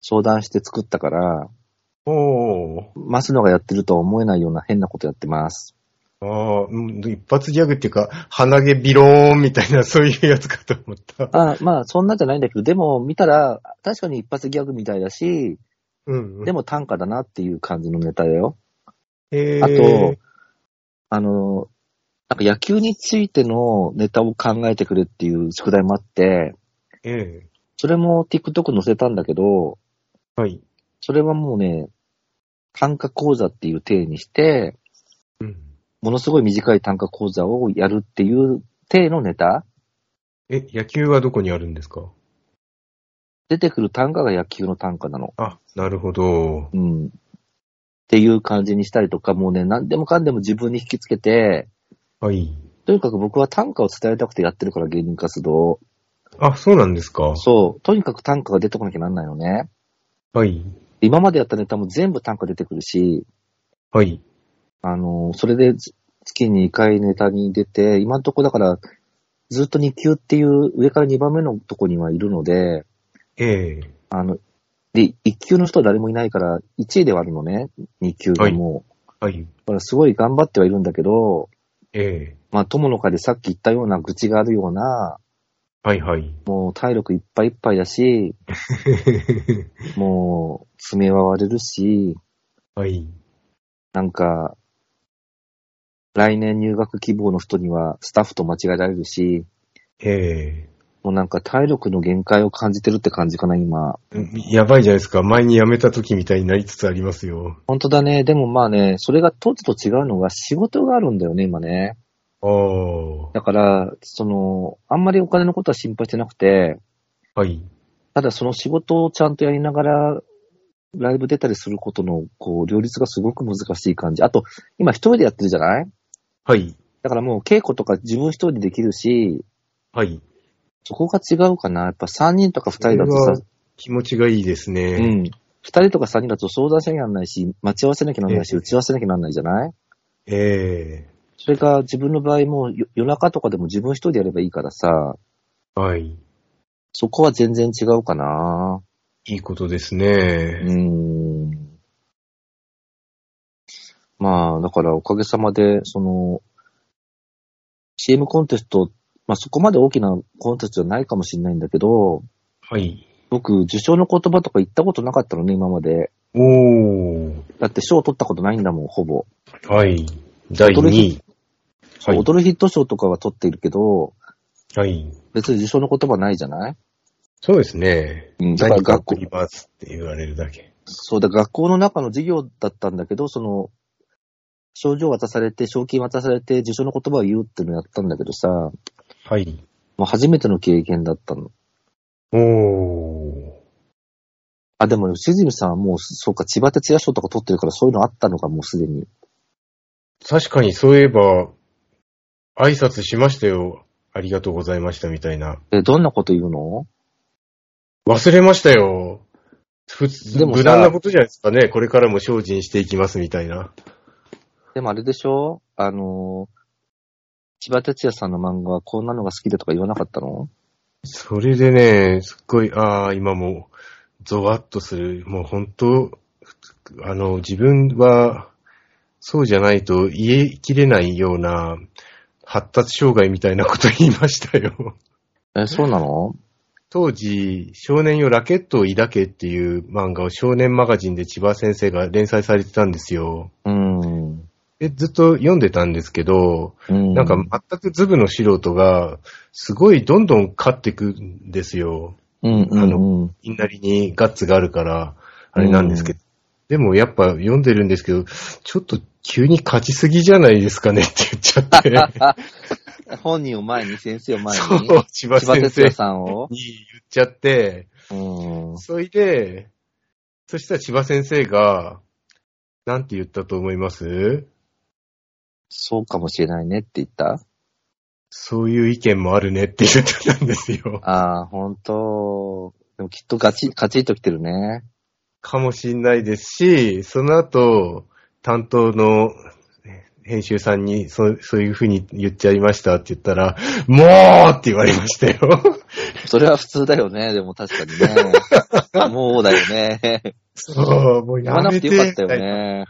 Speaker 1: 相談して作ったから、
Speaker 2: おー。
Speaker 1: マスノがやってるとは思えないような変なことやってます。
Speaker 2: ああ、うん一発ギャグっていうか、鼻毛ビローンみたいな、そういうやつかと思 った。
Speaker 1: あまあ、そんなんじゃないんだけど、でも見たら、確かに一発ギャグみたいだし、
Speaker 2: うんうん。
Speaker 1: でも短歌だなっていう感じのネタだよ。
Speaker 2: へー、
Speaker 1: あと、あの、なんか野球についてのネタを考えてくれっていう宿題もあって、
Speaker 2: ええ
Speaker 1: それも TikTok 載せたんだけど、
Speaker 2: はい。
Speaker 1: それはもうね、短歌講座っていう体にして、
Speaker 2: うん。
Speaker 1: ものすごい短い短歌講座をやるっていう体のネタ
Speaker 2: え、野球はどこにあるんですか
Speaker 1: 出てくる単価が野球の単価なの。
Speaker 2: あ、なるほど。
Speaker 1: うん。っていう感じにしたりとか、もうね、何でもかんでも自分に引きつけて、
Speaker 2: はい。
Speaker 1: とにかく僕は短歌を伝えたくてやってるから、芸人活動を。
Speaker 2: あ、そうなんですか
Speaker 1: そう。とにかく短歌が出てこなきゃなんないのね。
Speaker 2: はい。
Speaker 1: 今までやったネタも全部短歌出てくるし、
Speaker 2: はい。
Speaker 1: あの、それでつ月に2回ネタに出て、今のとこだから、ずっと2級っていう上から2番目のとこにはいるので、
Speaker 2: ええ
Speaker 1: あの、で、1級の人は誰もいないから、1位ではあるのね、2級がもう。
Speaker 2: はい。
Speaker 1: だからすごい頑張ってはいるんだけど、
Speaker 2: ええ
Speaker 1: まあ、友の会でさっき言ったような愚痴があるような、
Speaker 2: はい はい。
Speaker 1: もう体力いっぱいいっぱいだし、もう爪は割れるし、
Speaker 2: はい。
Speaker 1: なんか、来年入学希望の人にはスタッフと間違えられるし、
Speaker 2: ええ
Speaker 1: もうなんか体力の限界を感じてるって感じかな、今。
Speaker 2: やばいじゃないですか。前に辞めた時みたいになりつつありますよ。
Speaker 1: 本当だね。でもまあね、それが当時と違うのが仕事があるんだよね、今ね。
Speaker 2: ああ。
Speaker 1: だから、その、あんまりお金のことは心配してなくて、
Speaker 2: はい。
Speaker 1: ただその仕事をちゃんとやりながら、ライブ出たりすることの、こう、両立がすごく難しい感じ。あと、今一人でやってるじゃない
Speaker 2: はい。
Speaker 1: だからもう稽古とか自分一人でできるし、
Speaker 2: はい。
Speaker 1: そこが違うかな。やっぱ三人とか二人だとさ、
Speaker 2: 気持ちがいいですね。
Speaker 1: うん。二人とか三人だと相談しなきゃなんないし、待ち合わせなきゃなんないし、
Speaker 2: ええ
Speaker 1: 打ち合わせなきゃなんないじゃない
Speaker 2: ええ
Speaker 1: それが自分の場合もよ夜中とかでも自分一人でやればいいからさ、
Speaker 2: はい。
Speaker 1: そこは全然違うかな。
Speaker 2: いいことです
Speaker 1: う
Speaker 2: ね。
Speaker 1: ーん。まあ、だからおかげさまで、その、CM コンテスト、まあそこまで大きなコンテストじゃないかもしれないんだけど、
Speaker 2: はい。
Speaker 1: 僕、受賞の言葉とか言ったことなかったのね、今まで。
Speaker 2: おー。
Speaker 1: だって賞を取ったことないんだもん、ほぼ。
Speaker 2: はい。第2位。はい
Speaker 1: 踊るヒット賞とかは取っているけど、
Speaker 2: はい。
Speaker 1: 別に受賞の言葉ないじゃない
Speaker 2: そうですね。
Speaker 1: うんだから
Speaker 2: 何か
Speaker 1: 学校
Speaker 2: 送りますって言われるだけ。
Speaker 1: そうだ、学校の中の授業だったんだけど、その、賞状渡されて、賞金渡されて、受賞の言葉を言うっていうのやったんだけどさ、も
Speaker 2: はい。
Speaker 1: う初めての経験だったの。
Speaker 2: おー。
Speaker 1: あ、でも、しずみさんはもう、そうか、千葉哲也賞とか取ってるから、そういうのあったのか、もうすでに。
Speaker 2: 確かにそういえば、挨拶しましたよ。ありがとうございましたみたいな。
Speaker 1: え、どんなこと言うの
Speaker 2: 忘れましたよ。普通、
Speaker 1: でもさ
Speaker 2: 無難なことじゃないですかね。これからも精進していきますみたいな。
Speaker 1: でもあれでしょあのー、千葉哲也さんの漫画はこんなのが好きだとか言わなかったの
Speaker 2: それでね、すっごい、ああ、今もう、ゾワッとする。もう本当、あの、自分は、そうじゃないと言えきれないような、発達障害みたいなこと言いましたよ。
Speaker 1: え、そうなの
Speaker 2: 当時、少年よラケットを抱けっていう漫画を少年マガジンで千葉先生が連載されてたんですよ。
Speaker 1: うん。
Speaker 2: で、ずっと読んでたんですけど、
Speaker 1: うん。
Speaker 2: なんか全くズブの素人が、すごいどんどん勝ってくんですよ。
Speaker 1: うん、うん、
Speaker 2: あ
Speaker 1: うん。
Speaker 2: いんなりにガッツがあるから、あれなんですけど。でもやっぱ読んでるんですけど、ちょっと急に勝ちすぎじゃないですかねって言っちゃ って。
Speaker 1: 本人を前に、先生を前
Speaker 2: そ
Speaker 1: に。
Speaker 2: う、千
Speaker 1: 千葉
Speaker 2: 葉先
Speaker 1: 哲
Speaker 2: 生
Speaker 1: 也さんを。
Speaker 2: に言っちゃって、
Speaker 1: うん。
Speaker 2: そいで、そしたら千葉先生が、なんて言ったと思います
Speaker 1: そうかもしれないねって言った
Speaker 2: そういう意見もあるねって言ってたんですよ。
Speaker 1: ああ、本当でもきっとガチ、ガチッときてるね。
Speaker 2: かもしんないですし、その後、担当の編集さんにそ、そういうふうに言っちゃいましたって言ったら、もうって言われましたよ。
Speaker 1: それは普通だよね、でも確かにね。もうだよ ね。
Speaker 2: そう、もう
Speaker 1: や
Speaker 2: や
Speaker 1: らな
Speaker 2: め
Speaker 1: くて
Speaker 2: て。
Speaker 1: よかったよね。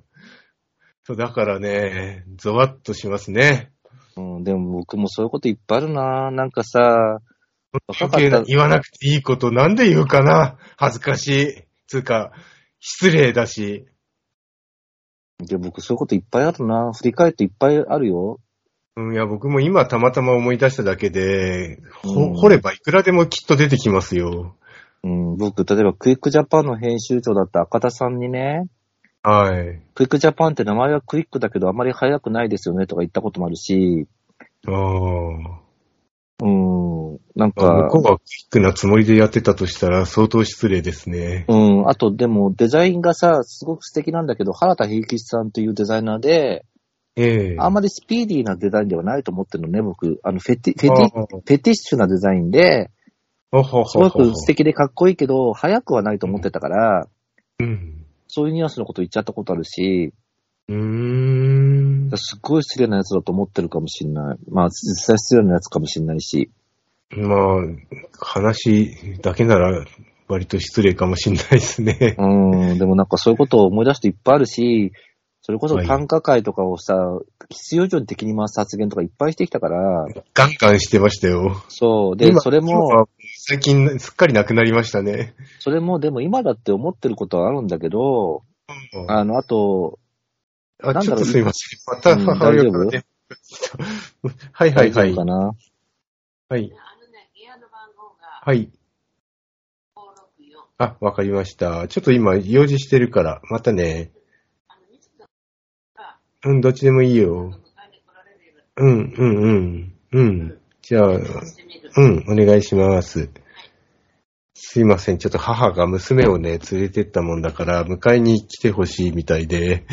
Speaker 2: そう、だからね、ゾワッとしますね。
Speaker 1: うん、でも僕もそういうこといっぱいあるな。なんかさ、若か
Speaker 2: 余計
Speaker 1: った
Speaker 2: な言わなくていいことなんで言うかな恥ずかしい。つうか、失礼だし。
Speaker 1: で、僕そういうこといっぱいあるな。振り返っていっぱいあるよ。
Speaker 2: うん、いや、僕も今たまたま思い出しただけで、
Speaker 1: う
Speaker 2: ほ、
Speaker 1: ん
Speaker 2: 掘ればいくらでもきっと出てきますよ。
Speaker 1: うん、僕、例えばクイックジャパンの編集長だった赤田さんにね、
Speaker 2: はい。
Speaker 1: クイックジャパンって名前はクイックだけどあまり早くないですよねとか言ったこともあるし、
Speaker 2: ああ。
Speaker 1: うん、なん
Speaker 2: まあ
Speaker 1: か、
Speaker 2: 向こうはクイックなつもりでやってたとしたら相当失礼ですね。
Speaker 1: うん、あとでもデザインがさ、すごく素敵なんだけど、原田平吉さんというデザイナーで、
Speaker 2: ええ
Speaker 1: あんまりスピーディーなデザインではないと思ってるのね、僕。あの、フェティ、フェティ、フェティッシュなデザインで、
Speaker 2: あはは
Speaker 1: すごく素敵でかっこいいけど、早くはないと思ってたから、
Speaker 2: うん。
Speaker 1: そういうニュアンスのこと言っちゃったことあるし、
Speaker 2: うーん。
Speaker 1: すっごい失礼なやつだと思ってるかもしれない。まあ、実際失礼なやつかもしれないし。
Speaker 2: まあ、話だけなら割と失礼かもしれないですね。
Speaker 1: うん、でもなんかそういうことを思い出すといっぱいあるし、それこそ
Speaker 2: はい
Speaker 1: 単価会とかをさ、必要以上に敵に回す発言とかいっぱいしてきたから、
Speaker 2: ガンガンしてましたよ。
Speaker 1: そう。で、
Speaker 2: 今
Speaker 1: それも、、
Speaker 2: 今は最近すっかりなくなりましたね。
Speaker 1: それもでも今だって思ってることはあるんだけど、あの、あと、
Speaker 2: あ、
Speaker 1: なん
Speaker 2: ち
Speaker 1: だ
Speaker 2: ょ
Speaker 1: ろ
Speaker 2: っ
Speaker 1: う
Speaker 2: とすいません。また母親からね。 はいは
Speaker 1: 大
Speaker 2: い
Speaker 1: 丈
Speaker 2: はい
Speaker 1: 夫か。な、
Speaker 3: あ
Speaker 2: はい。
Speaker 3: のね、部屋の番号が
Speaker 2: はい。
Speaker 3: 564。
Speaker 2: あ、わかりました。ちょっと今、用事してるから、またね。
Speaker 3: あの、いつかが
Speaker 2: うん、どっちでもいい
Speaker 3: 迎え
Speaker 2: よ。
Speaker 3: に来られる
Speaker 2: うん、うん、うん。うん。じゃ
Speaker 3: よ
Speaker 2: あ、
Speaker 3: うにしてみる。
Speaker 2: うん、お願いします。すいません。ちょっと母が娘をね、連れてったもんだから、迎えに来てほしいみたいで。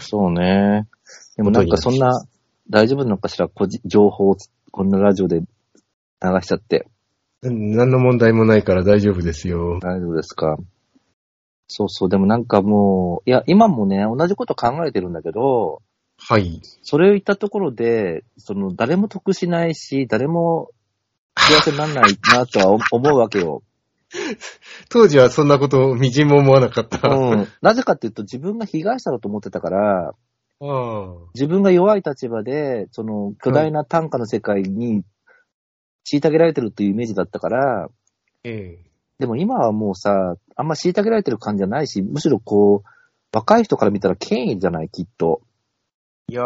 Speaker 1: そうね。でもなんかそんな、大丈夫なのかしら、こじ情報をつこんなラジオで流しちゃって。
Speaker 2: うん何の問題もないから大丈夫ですよ。
Speaker 1: 大丈夫ですか。そうそう、でもなんかもう、いや、今もね、同じこと考えてるんだけど、
Speaker 2: はい。
Speaker 1: それを言ったところで、その、誰も得しないし、誰も幸せにならないなとは思う わけよ。
Speaker 2: 当時はそんなこと、みじんも思わなかった。あ
Speaker 1: うん。なぜかっていうと、自分が被害者だと思ってたから、
Speaker 2: あ。
Speaker 1: 自分が弱い立場で、その、巨大な単価の世界に、虐げられてるっていうイメージだったから、
Speaker 2: ええ。
Speaker 1: でも今はもうさ、あんま虐げられてる感じじゃないし、むしろこう、若い人から見たら権威じゃない、きっと。
Speaker 2: いや、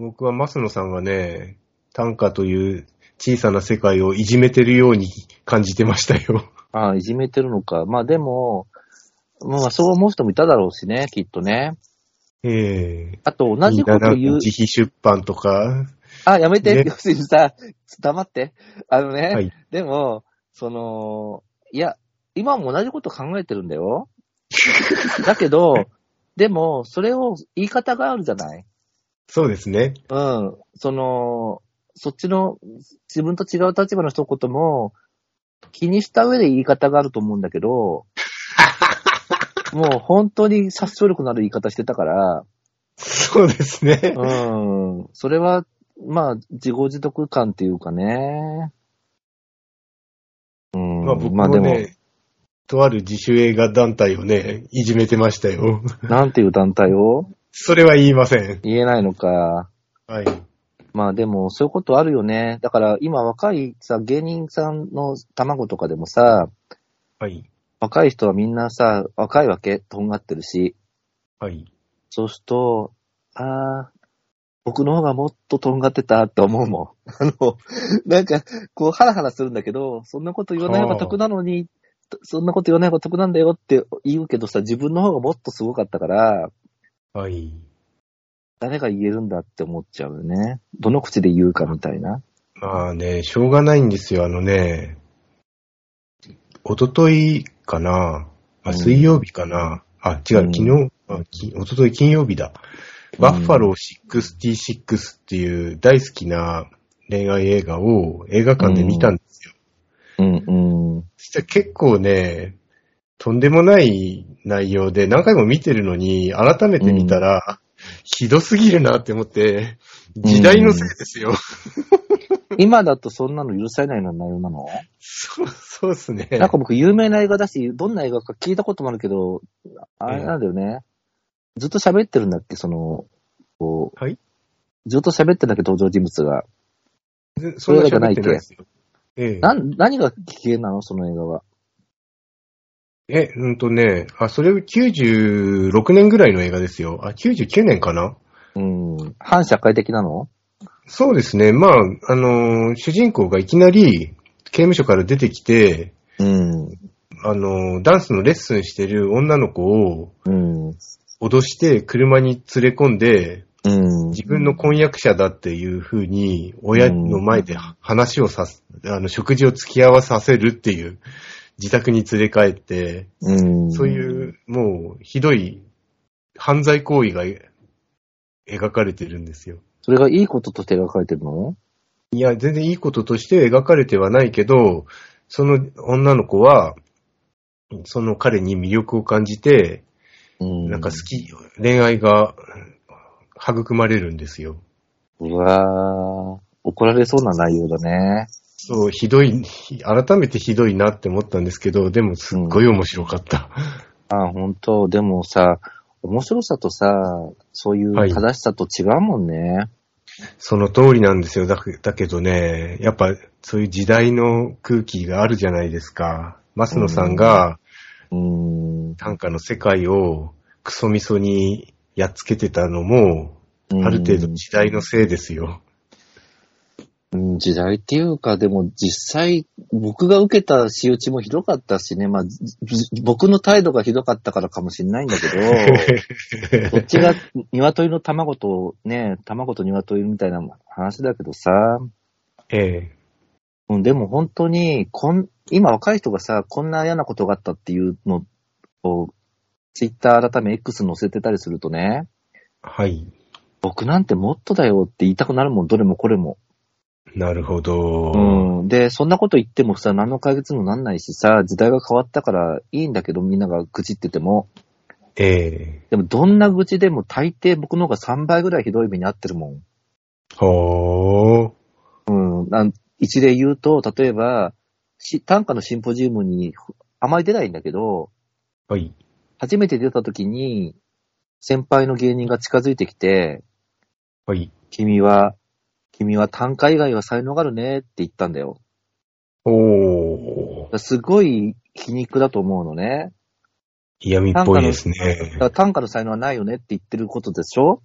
Speaker 2: 僕は増野さんがね、短歌という小さな世界をいじめてるように感じてましたよ。
Speaker 1: ああ、いじめてるのか。まあでも、まあそう思う人もいただろうしね、きっとね。
Speaker 2: ええ。
Speaker 1: あと同じこと言う
Speaker 2: 27、自費出版とか、
Speaker 1: あ、やめて、
Speaker 2: ね
Speaker 1: 要するにさ、黙って。あのね、
Speaker 2: はい
Speaker 1: でも、その、いや、今も同じこと考えてるんだよ。だけど、でも、それを言い方があるじゃない
Speaker 2: そうですね。
Speaker 1: うん。その、そっちの自分と違う立場の一言も気にした上で言い方があると思うんだけ ど、もう本当に殺傷力のある言い方してたから、
Speaker 2: そうですね。
Speaker 1: うん。それは、まあ、自業自得感っていうかね。うん。
Speaker 2: まあ僕も
Speaker 1: で
Speaker 2: ね、
Speaker 1: も、
Speaker 2: とある自主映画団体をね、いじめてましたよ。
Speaker 1: なんていう団体を
Speaker 2: それは言いません。
Speaker 1: 言えないのか。
Speaker 2: はい。
Speaker 1: まあでも、そういうことあるよね。だから今若いさ、芸人さんの卵とかでもさ、
Speaker 2: はい。
Speaker 1: 若い人はみんなさ、若いわけ、とんがってるし、
Speaker 2: はい。
Speaker 1: そうすると、ああ、僕の方がもっととんがってたって思うもん。 あの、なんか、こう、ハラハラするんだけど、そんなこと言わない方が得なのに、そんなこと言わない方が得なんだよって言うけどさ、自分の方がもっとすごかったから、
Speaker 2: はい。
Speaker 1: 誰が言えるんだって思っちゃうよね。どの口で言うかみたいな。
Speaker 2: まあね、しょうがないんですよ。あのね、おとといかな。
Speaker 1: う
Speaker 2: あ、
Speaker 1: ん
Speaker 2: 水曜日かな。あ、違
Speaker 1: う
Speaker 2: う、
Speaker 1: ん
Speaker 2: 昨日、あきおととい金曜日だ。バッファロー66っていう大好きな恋愛映画を映画館で見たんですよ。
Speaker 1: うんうん。
Speaker 2: そしたら結構ね、とんでもない内容で何回も見てるのに、改めて見たら、ひどすぎるなって思って、時代のせいですよ。
Speaker 1: 今だとそんなの許されないような内容なの
Speaker 2: そう、そうですね。
Speaker 1: なんか僕、有名な映画だし、どんな映画か聞いたこともあるけど、あれなんだよね。ずっと喋ってるんだっけ、その、こう。
Speaker 2: はい
Speaker 1: ずっと喋ってんだっけ、登場人物が。
Speaker 2: そんな喋ってないですよ。ええ
Speaker 1: なん、何が危険なのその映画は。
Speaker 2: え、うんとね、あ、それ96年ぐらいの映画ですよ。あ、99年かな
Speaker 1: うん。反社会的なの
Speaker 2: そうですね。まあ、あのー主人公がいきなり刑務所から出てきて、
Speaker 1: うん。
Speaker 2: あのーダンスのレッスンしてる女の子を
Speaker 1: うん。
Speaker 2: 脅して車に連れ込んで、
Speaker 1: うん。
Speaker 2: 自分の婚約者だっていうふうに、親の前で話をさす、あの、食事を付き合わさせるっていう、自宅に連れ帰って、
Speaker 1: うん。
Speaker 2: そういう、もう、ひどい犯罪行為が描かれてるんですよ。
Speaker 1: それがいいこととして描かれてるの
Speaker 2: いや、全然いいこととして描かれてはないけど、その女の子は、その彼に魅力を感じて、
Speaker 1: うん。
Speaker 2: なんか好き、恋愛が育まれるんですよ。
Speaker 1: うわー怒られそうな内容だね。
Speaker 2: そう、ひどい、改めてひどいなって思ったんですけど、でもすっごい面白かった。
Speaker 1: あ、本当でもさ、面白さとさ、そういう
Speaker 2: はい
Speaker 1: 正しさと違うもんね。
Speaker 2: その通りなんですよ。だけだけどね、やっぱそういう時代の空気があるじゃないですか。増野さんが
Speaker 1: うん。うん
Speaker 2: 短歌の世界をクソみそにやっつけてたのも、ある程度時代のせいですよ。
Speaker 1: うん、時代っていうか、でも実際、僕が受けた仕打ちもひどかったしね、まあ、じじ僕の態度がひどかったからかもしれないんだ けど、こっちが鶏の卵とね、卵と鶏みたいな話だけどさ、
Speaker 2: ええ。
Speaker 1: うん、でも本当に、こん、今若い人がさ、こんな嫌なことがあったっていうのを、ツイッター改め X 載せてたりするとね、
Speaker 2: はい。
Speaker 1: 僕なんてもっとだよって言いたくなるもん、どれもこれも。
Speaker 2: なるほど。
Speaker 1: うん。で、そんなこと言ってもさ、何の解決にもなんないしさ、時代が変わったからいいんだけど、みんなが愚痴ってても。
Speaker 2: ええ。
Speaker 1: でも、どんな愚痴でも大抵僕の方が3倍ぐらいひどい目に遭ってるも
Speaker 2: ほー。
Speaker 1: ん。うん。なん一例言うと、例えば、し短歌のシンポジウムにあまり出ないんだけど、
Speaker 2: はい。
Speaker 1: 初めて出た時に、先輩の芸人が近づいてきて、
Speaker 2: はい。
Speaker 1: 君は、君は短歌以外は才能があるねって言ったんだよ。
Speaker 2: おー。
Speaker 1: すごい皮肉だと思うのね。
Speaker 2: 闇っぽいですね
Speaker 1: だか。ら短歌の才能はないよねって言ってることでしょ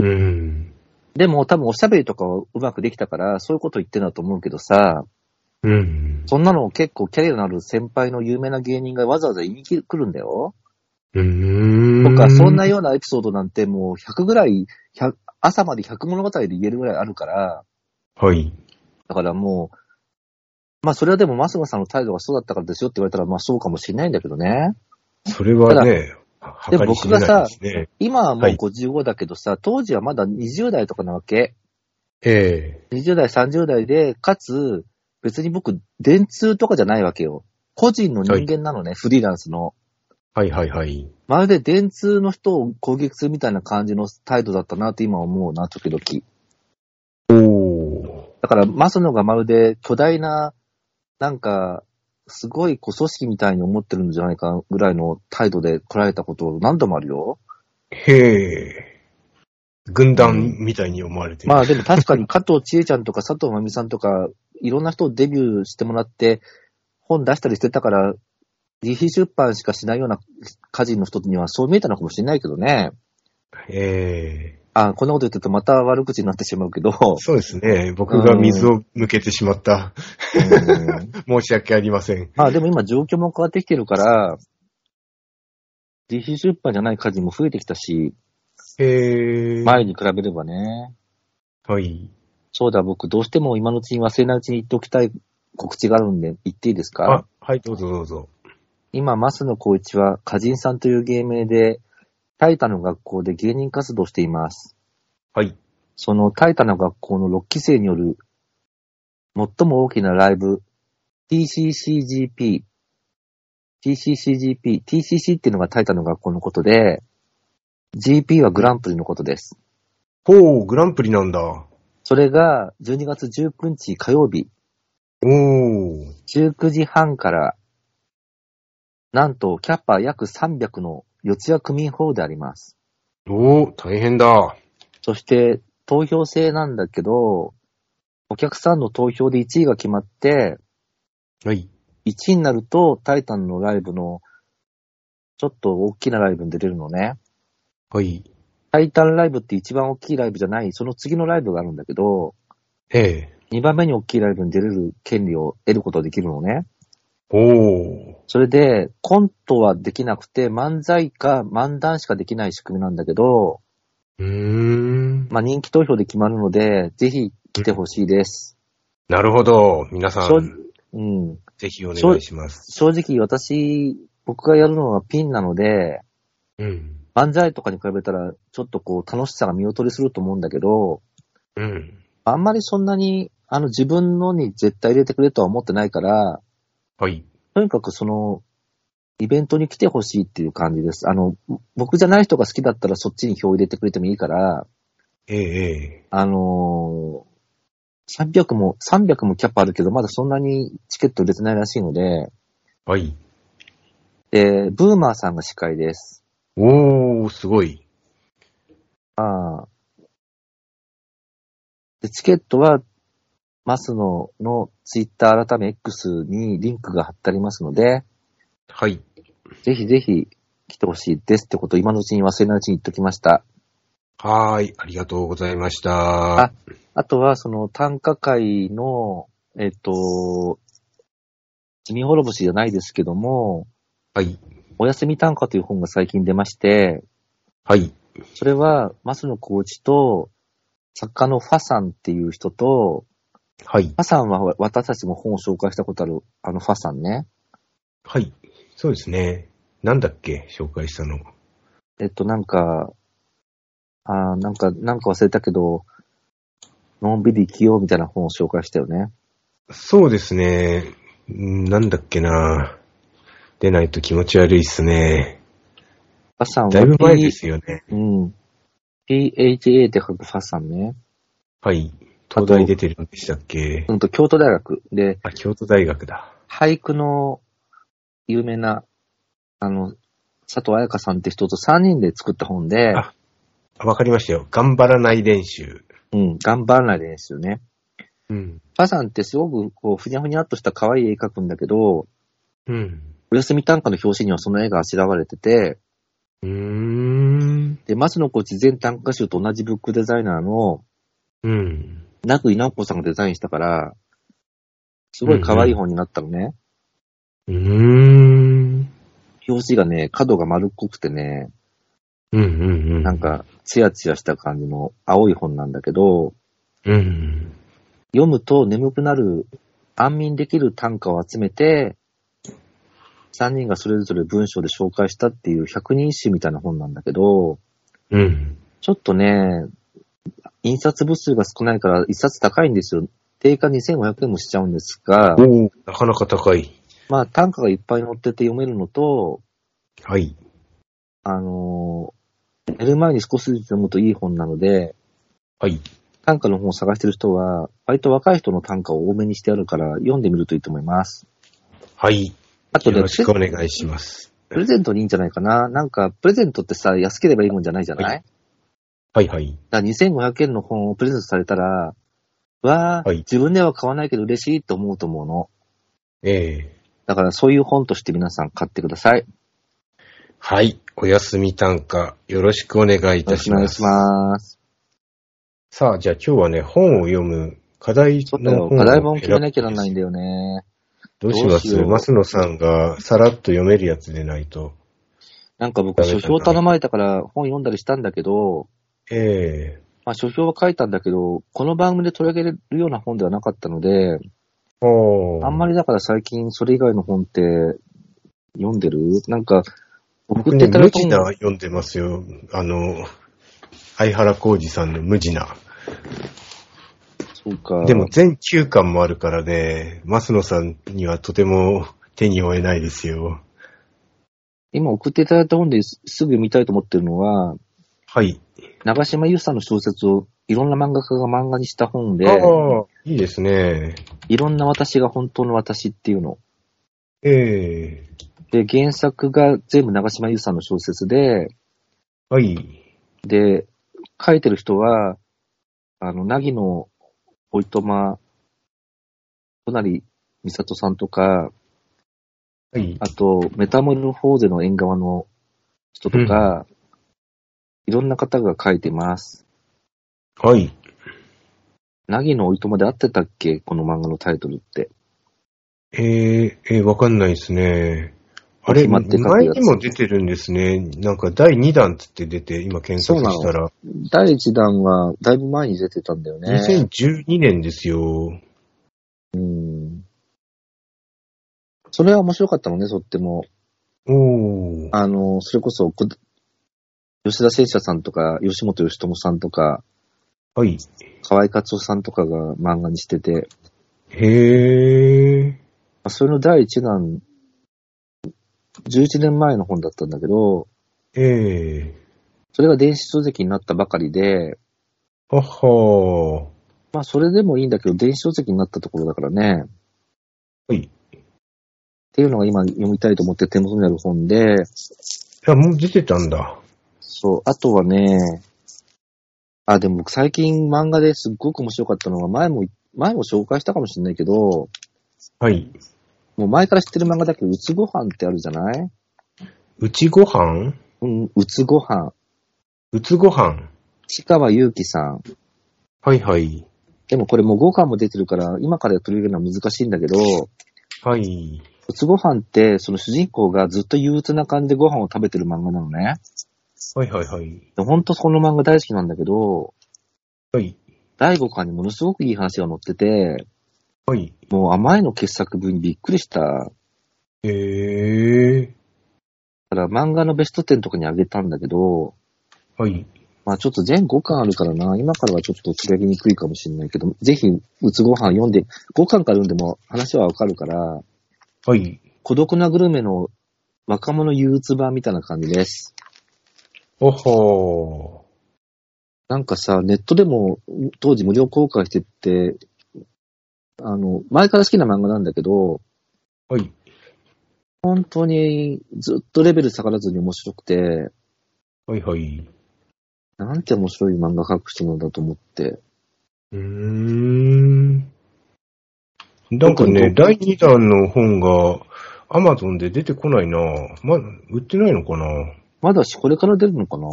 Speaker 2: うん。
Speaker 1: でも多分おしゃべりとかはうまくできたから、そういうこと言ってんだと思うけどさ、
Speaker 2: うん。
Speaker 1: そんなのを結構キャリアのある先輩の有名な芸人がわざわざ言いに来るんだよ。
Speaker 2: うーん。
Speaker 1: とか、そんなようなエピソードなんてもう100ぐらい、100朝まで100物語で言えるぐらいあるから、
Speaker 2: はい。
Speaker 1: だからもう、まあそれはでも、マスノさんの態度がそうだったからですよって言われたら、まあそうかもしれないんだけどね。
Speaker 2: それはね、計り知れないですね。
Speaker 1: 今はもう
Speaker 2: はい
Speaker 1: 55だけどさ、当時はまだ20代とかなわけ。
Speaker 2: え
Speaker 1: 20代、30代で、かつ、別に僕、電通とかじゃないわけよ。個人の人間なのね、フリーランスの。
Speaker 2: えはいはいはい。
Speaker 1: まるで電通の人を攻撃するみたいな感じの態度だったなって今思うな、時々。
Speaker 2: おー。
Speaker 1: だから、マスノがまるで巨大な、なんか、すごいこう組織みたいに思ってるんじゃないかぐらいの態度で来られたこと何度もあるよ。
Speaker 2: へえ。軍団みたいに思われてる。
Speaker 1: まあでも確かに加藤千恵ちゃんとか佐藤まみさんとか、いろんな人をデビューしてもらって、本出したりしてたから、自費出版しかしないような家人の人にはそう見えたのかもしれないけどね。
Speaker 2: ええ。
Speaker 1: あ、こんなこと言ってるとまた悪口になってしまうけど。
Speaker 2: そうですね。僕が水を抜けてしまった。
Speaker 1: うん
Speaker 2: 申し訳ありません。
Speaker 1: まあでも今状況も変わってきてるから、自費出版じゃない家人も増えてきたし、
Speaker 2: へえ。
Speaker 1: 前に比べればね。
Speaker 2: はい。
Speaker 1: そうだ、僕どうしても今のうちに忘れないうちに言っておきたい告知があるんで言っていいですか
Speaker 2: あ、はい、どうぞどうぞ。
Speaker 1: 今、増野光一は、歌人さんという芸名で、タイタの学校で芸人活動しています。
Speaker 2: はい。
Speaker 1: そのタイタの学校の6期生による、最も大きなライブ、TCCGP。TCCGP。TCC っていうのがタイタの学校のことで、GP はグランプリのことです。
Speaker 2: ほう、グランプリなんだ。
Speaker 1: それが、12月19日火曜日、
Speaker 2: おー。
Speaker 1: 19時半から、なんと、キャッパー約300の四谷区民ホールであります。
Speaker 2: おー、大変だ。
Speaker 1: そして、投票制なんだけど、お客さんの投票で1位が決まって、
Speaker 2: はい。
Speaker 1: 1位になると、タイタンのライブの、ちょっと大きなライブに出れるのね。
Speaker 2: はい。
Speaker 1: タイタンライブって一番大きいライブじゃない、その次のライブがあるんだけど、
Speaker 2: ええ。
Speaker 1: 2番目に大きいライブに出れる権利を得ることができるのね。
Speaker 2: おー。
Speaker 1: それで、コントはできなくて、漫才か漫談しかできない仕組みなんだけど、
Speaker 2: うーん。
Speaker 1: まあ人気投票で決まるので、ぜひ来てほしいです。
Speaker 2: なるほど。皆さ、
Speaker 1: そうんうん。
Speaker 2: ぜひお願いします。
Speaker 1: 正直私、僕がやるのはピンなので、
Speaker 2: うん。
Speaker 1: 漫才とかに比べたら、ちょっとこう楽しさが見劣りすると思うんだけど、
Speaker 2: うん。
Speaker 1: あんまりそんなに、あの自分のに絶対入れてくれとは思ってないから、
Speaker 2: はい。
Speaker 1: とにかくその、イベントに来てほしいっていう感じです。あの、僕じゃない人が好きだったらそっちに票入れてくれてもいいから、
Speaker 2: ええ、え
Speaker 1: あのー300も、300もキャップあるけど、まだそんなにチケット入れてないらしいので、
Speaker 2: え。はい。
Speaker 1: で、ブーマーさんが司会です。
Speaker 2: おー、すごい。
Speaker 1: ああ。で、チケットは、マスノのツイッター改め X にリンクが貼ってありますので、
Speaker 2: はい。
Speaker 1: ぜひぜひ来てほしいですってことを今のうちに忘れないうちに言っときました。
Speaker 2: はーい。ありがとうございました。
Speaker 1: ああとは、その、短歌会の、えっと、罪滅ぼしじゃないですけども、
Speaker 2: はい。
Speaker 1: おやすみ短歌という本が最近出まして、
Speaker 2: はい。
Speaker 1: それは、増野コーチと、作家のファさんっていう人と、
Speaker 2: はい
Speaker 1: フ。ァさんは私たちも本を紹介したことある、あのファさんね。
Speaker 2: はい。そうですね。なんだっけ紹介したの。
Speaker 1: えっと、なんか、あーなんか、なんか忘れたけど、のんびり生きようみたいな本を紹介したよね。
Speaker 2: そうですね。んなんだっけな。出ないと気持ち悪いっすね。
Speaker 1: ファさんは
Speaker 2: だいぶ前ですよね。
Speaker 1: うん。PHA って書くファさんね。
Speaker 2: はい。
Speaker 1: と
Speaker 2: 東大出てるんでしたっけ
Speaker 1: うんと、京都大学で、
Speaker 2: あ、京都大学だ。
Speaker 1: 俳句の有名な、あの、佐藤彩香さんって人と3人で作った本で、
Speaker 2: あわかりましたよ。頑張らない練習。
Speaker 1: うん、頑張らないですよね。
Speaker 2: うん。
Speaker 1: ファさんってすごくこう、ふにゃふにゃっとした可愛い絵描くんだけど、
Speaker 2: うん。
Speaker 1: おやすみ短歌の表紙にはその絵があしらわれてて、
Speaker 2: うーん。
Speaker 1: で、松野コーチ全短歌集と同じブックデザイナーの、
Speaker 2: うん。
Speaker 1: なく稲子さんがデザインしたから、すごい可愛い本になったのね。
Speaker 2: うーん。
Speaker 1: 表紙がね、角が丸っこくてね、
Speaker 2: うんうんうん。
Speaker 1: なん。か、ツヤツヤした感じの青い本なんだけど、
Speaker 2: うん。
Speaker 1: 読むと眠くなる、安眠できる短歌を集めて、3人がそれぞれ文章で紹介したっていう百人一首みたいな本なんだけど、
Speaker 2: うん。
Speaker 1: ちょっとね、印刷部数が少ないから一冊高いんですよ。定価2500円もしちゃうんですが、
Speaker 2: おーなかなか高い。
Speaker 1: まあ短歌がいっぱい載ってて読めるのと、
Speaker 2: はい。
Speaker 1: あのー寝る前に少しずつ読むといい本なので、
Speaker 2: はい。
Speaker 1: 短歌の本を探してる人は、割と若い人の短歌を多めにしてあるから、読んでみるといいと思います。
Speaker 2: はい。
Speaker 1: あと
Speaker 2: よ
Speaker 1: ね、
Speaker 2: ろしくお願いします。
Speaker 1: プレゼントにいいんじゃないかな。なんか、プレゼントってさ、安ければいいもんじゃないじゃない、
Speaker 2: はいはいはい。
Speaker 1: だから2500円の本をプレゼントされたら、わー、
Speaker 2: はい
Speaker 1: 自分では買わないけど嬉しいと思うと思うの。
Speaker 2: ええ
Speaker 1: だからそういう本として皆さん買ってください。よ
Speaker 2: はい。お休み単価、よろしくお願いい
Speaker 1: ろ
Speaker 2: た
Speaker 1: し
Speaker 2: し
Speaker 1: くお願
Speaker 2: ま
Speaker 1: い
Speaker 2: す。
Speaker 1: します。
Speaker 2: さあ、じゃあ今日はね、本を読む、課題
Speaker 1: そうだ
Speaker 2: の
Speaker 1: よ、
Speaker 2: 本を
Speaker 1: 課題
Speaker 2: 選
Speaker 1: 本
Speaker 2: ぶ
Speaker 1: 決めなきゃならないんだよね。
Speaker 2: どうしま
Speaker 1: どうし
Speaker 2: す
Speaker 1: よう
Speaker 2: マスノさんがさらっと読めるやつでないと。
Speaker 1: なんか僕、
Speaker 2: ダメだ
Speaker 1: 書
Speaker 2: な
Speaker 1: 評頼まれたから本読んだりしたんだけど、
Speaker 2: ええ
Speaker 1: まあ書評は書いたんだけど、この番組で取り上げるような本ではなかったので、
Speaker 2: おー
Speaker 1: あんまりだから最近それ以外の本って読んでるなんか、送
Speaker 2: 僕
Speaker 1: って
Speaker 2: ね、
Speaker 1: いただ
Speaker 2: 無
Speaker 1: いた
Speaker 2: 地
Speaker 1: 本
Speaker 2: な読んでますよ。あの、相原浩二さんの無地な。
Speaker 1: そうか。
Speaker 2: でも全9巻もあるからね、マスノさんにはとても手に負えないですよ。
Speaker 1: 今送っていただいた本ですすぐ見たいと思ってるのは、
Speaker 2: はい。
Speaker 1: 長島由さんの小説をいろんな漫画家が漫画にした本で
Speaker 2: あ、あ、いいですね。
Speaker 1: いろんな私が本当の私っていうの。
Speaker 2: ええ
Speaker 1: で、原作が全部長島由さんの小説で、
Speaker 2: はい。
Speaker 1: で、書いてる人は、あの、なぎのおいとま、隣美里さんとか、
Speaker 2: はい。
Speaker 1: あと、メタモルフォーゼの縁側の人とか、いろんな方が書いてます。
Speaker 2: はい。
Speaker 1: なぎのおいとまで合ってたっけこの漫画のタイトルって。
Speaker 2: えー、えー、わかんないですね。あれ、
Speaker 1: 決ま
Speaker 2: 前
Speaker 1: って書くやつ
Speaker 2: にも出てるんですね。なんか第2弾つって出て、今検索したら、
Speaker 1: 第1弾はだいぶ前に出てたんだよね。
Speaker 2: 2012年ですよ。
Speaker 1: うん。それは面白かったのね、とっても。
Speaker 2: おー。
Speaker 1: あの、それこそ、く吉田聖者さんとか、吉本義友さんとか、
Speaker 2: はい。
Speaker 1: 河合克夫さんとかが漫画にしてて、
Speaker 2: へー。
Speaker 1: まあそれの第1弾、11年前の本だったんだけど、
Speaker 2: え
Speaker 1: それが電子書籍になったばかりで、
Speaker 2: ー。あは
Speaker 1: まあそれでもいいんだけど、電子書籍になったところだからね。
Speaker 2: ー。はい。い
Speaker 1: っていうのが今読みたいと思って手元にある本で、
Speaker 2: や、もう出てたんだ。
Speaker 1: そう、あとはね、あ、でも僕最近漫画ですっごく面白かったのが、前も、前も紹介したかもしれないけど、
Speaker 2: はい。
Speaker 1: もう前から知ってる漫画だけど、うつご飯ってあるじゃないう
Speaker 2: ちご飯
Speaker 1: うん、うつご飯。
Speaker 2: うつご飯。
Speaker 1: 近川祐希さん。
Speaker 2: はいはい。
Speaker 1: でもこれもう5巻も出てるから、今から取り入れるのは難しいんだけど、
Speaker 2: はい。
Speaker 1: うつご飯って、その主人公がずっと憂鬱な感じでご飯を食べてる漫画なのね。
Speaker 2: はいはいはい。
Speaker 1: でほんとこの漫画大好きなんだけど、
Speaker 2: はい。
Speaker 1: 第5巻にものすごくいい話が載ってて、
Speaker 2: はい。
Speaker 1: もう甘いの傑作文にびっくりした。
Speaker 2: へー。
Speaker 1: だから漫画のベスト10とかにあげたんだけど、
Speaker 2: はい。
Speaker 1: まあちょっと全5巻あるからな、今からはちょっと取り上げにくいかもしれないけど、ぜひ、うつご飯読んで、5巻から読んでも話はわかるから、
Speaker 2: はい。
Speaker 1: 孤独なグルメの若者憂鬱版みたいな感じです。
Speaker 2: あは
Speaker 1: なんかさ、ネットでも当時無料公開してて、あの、前から好きな漫画なんだけど、
Speaker 2: ー。はい。
Speaker 1: 本当にずっとレベル下がらずに面白くて、
Speaker 2: はいはい。
Speaker 1: なんて面白い漫画描く人なんだと思って。
Speaker 2: うーん。なんかね、
Speaker 1: 特
Speaker 2: 第2弾の本が、アマゾンで出てこないな。ま、売ってないのかな
Speaker 1: まだし、これから出るのかな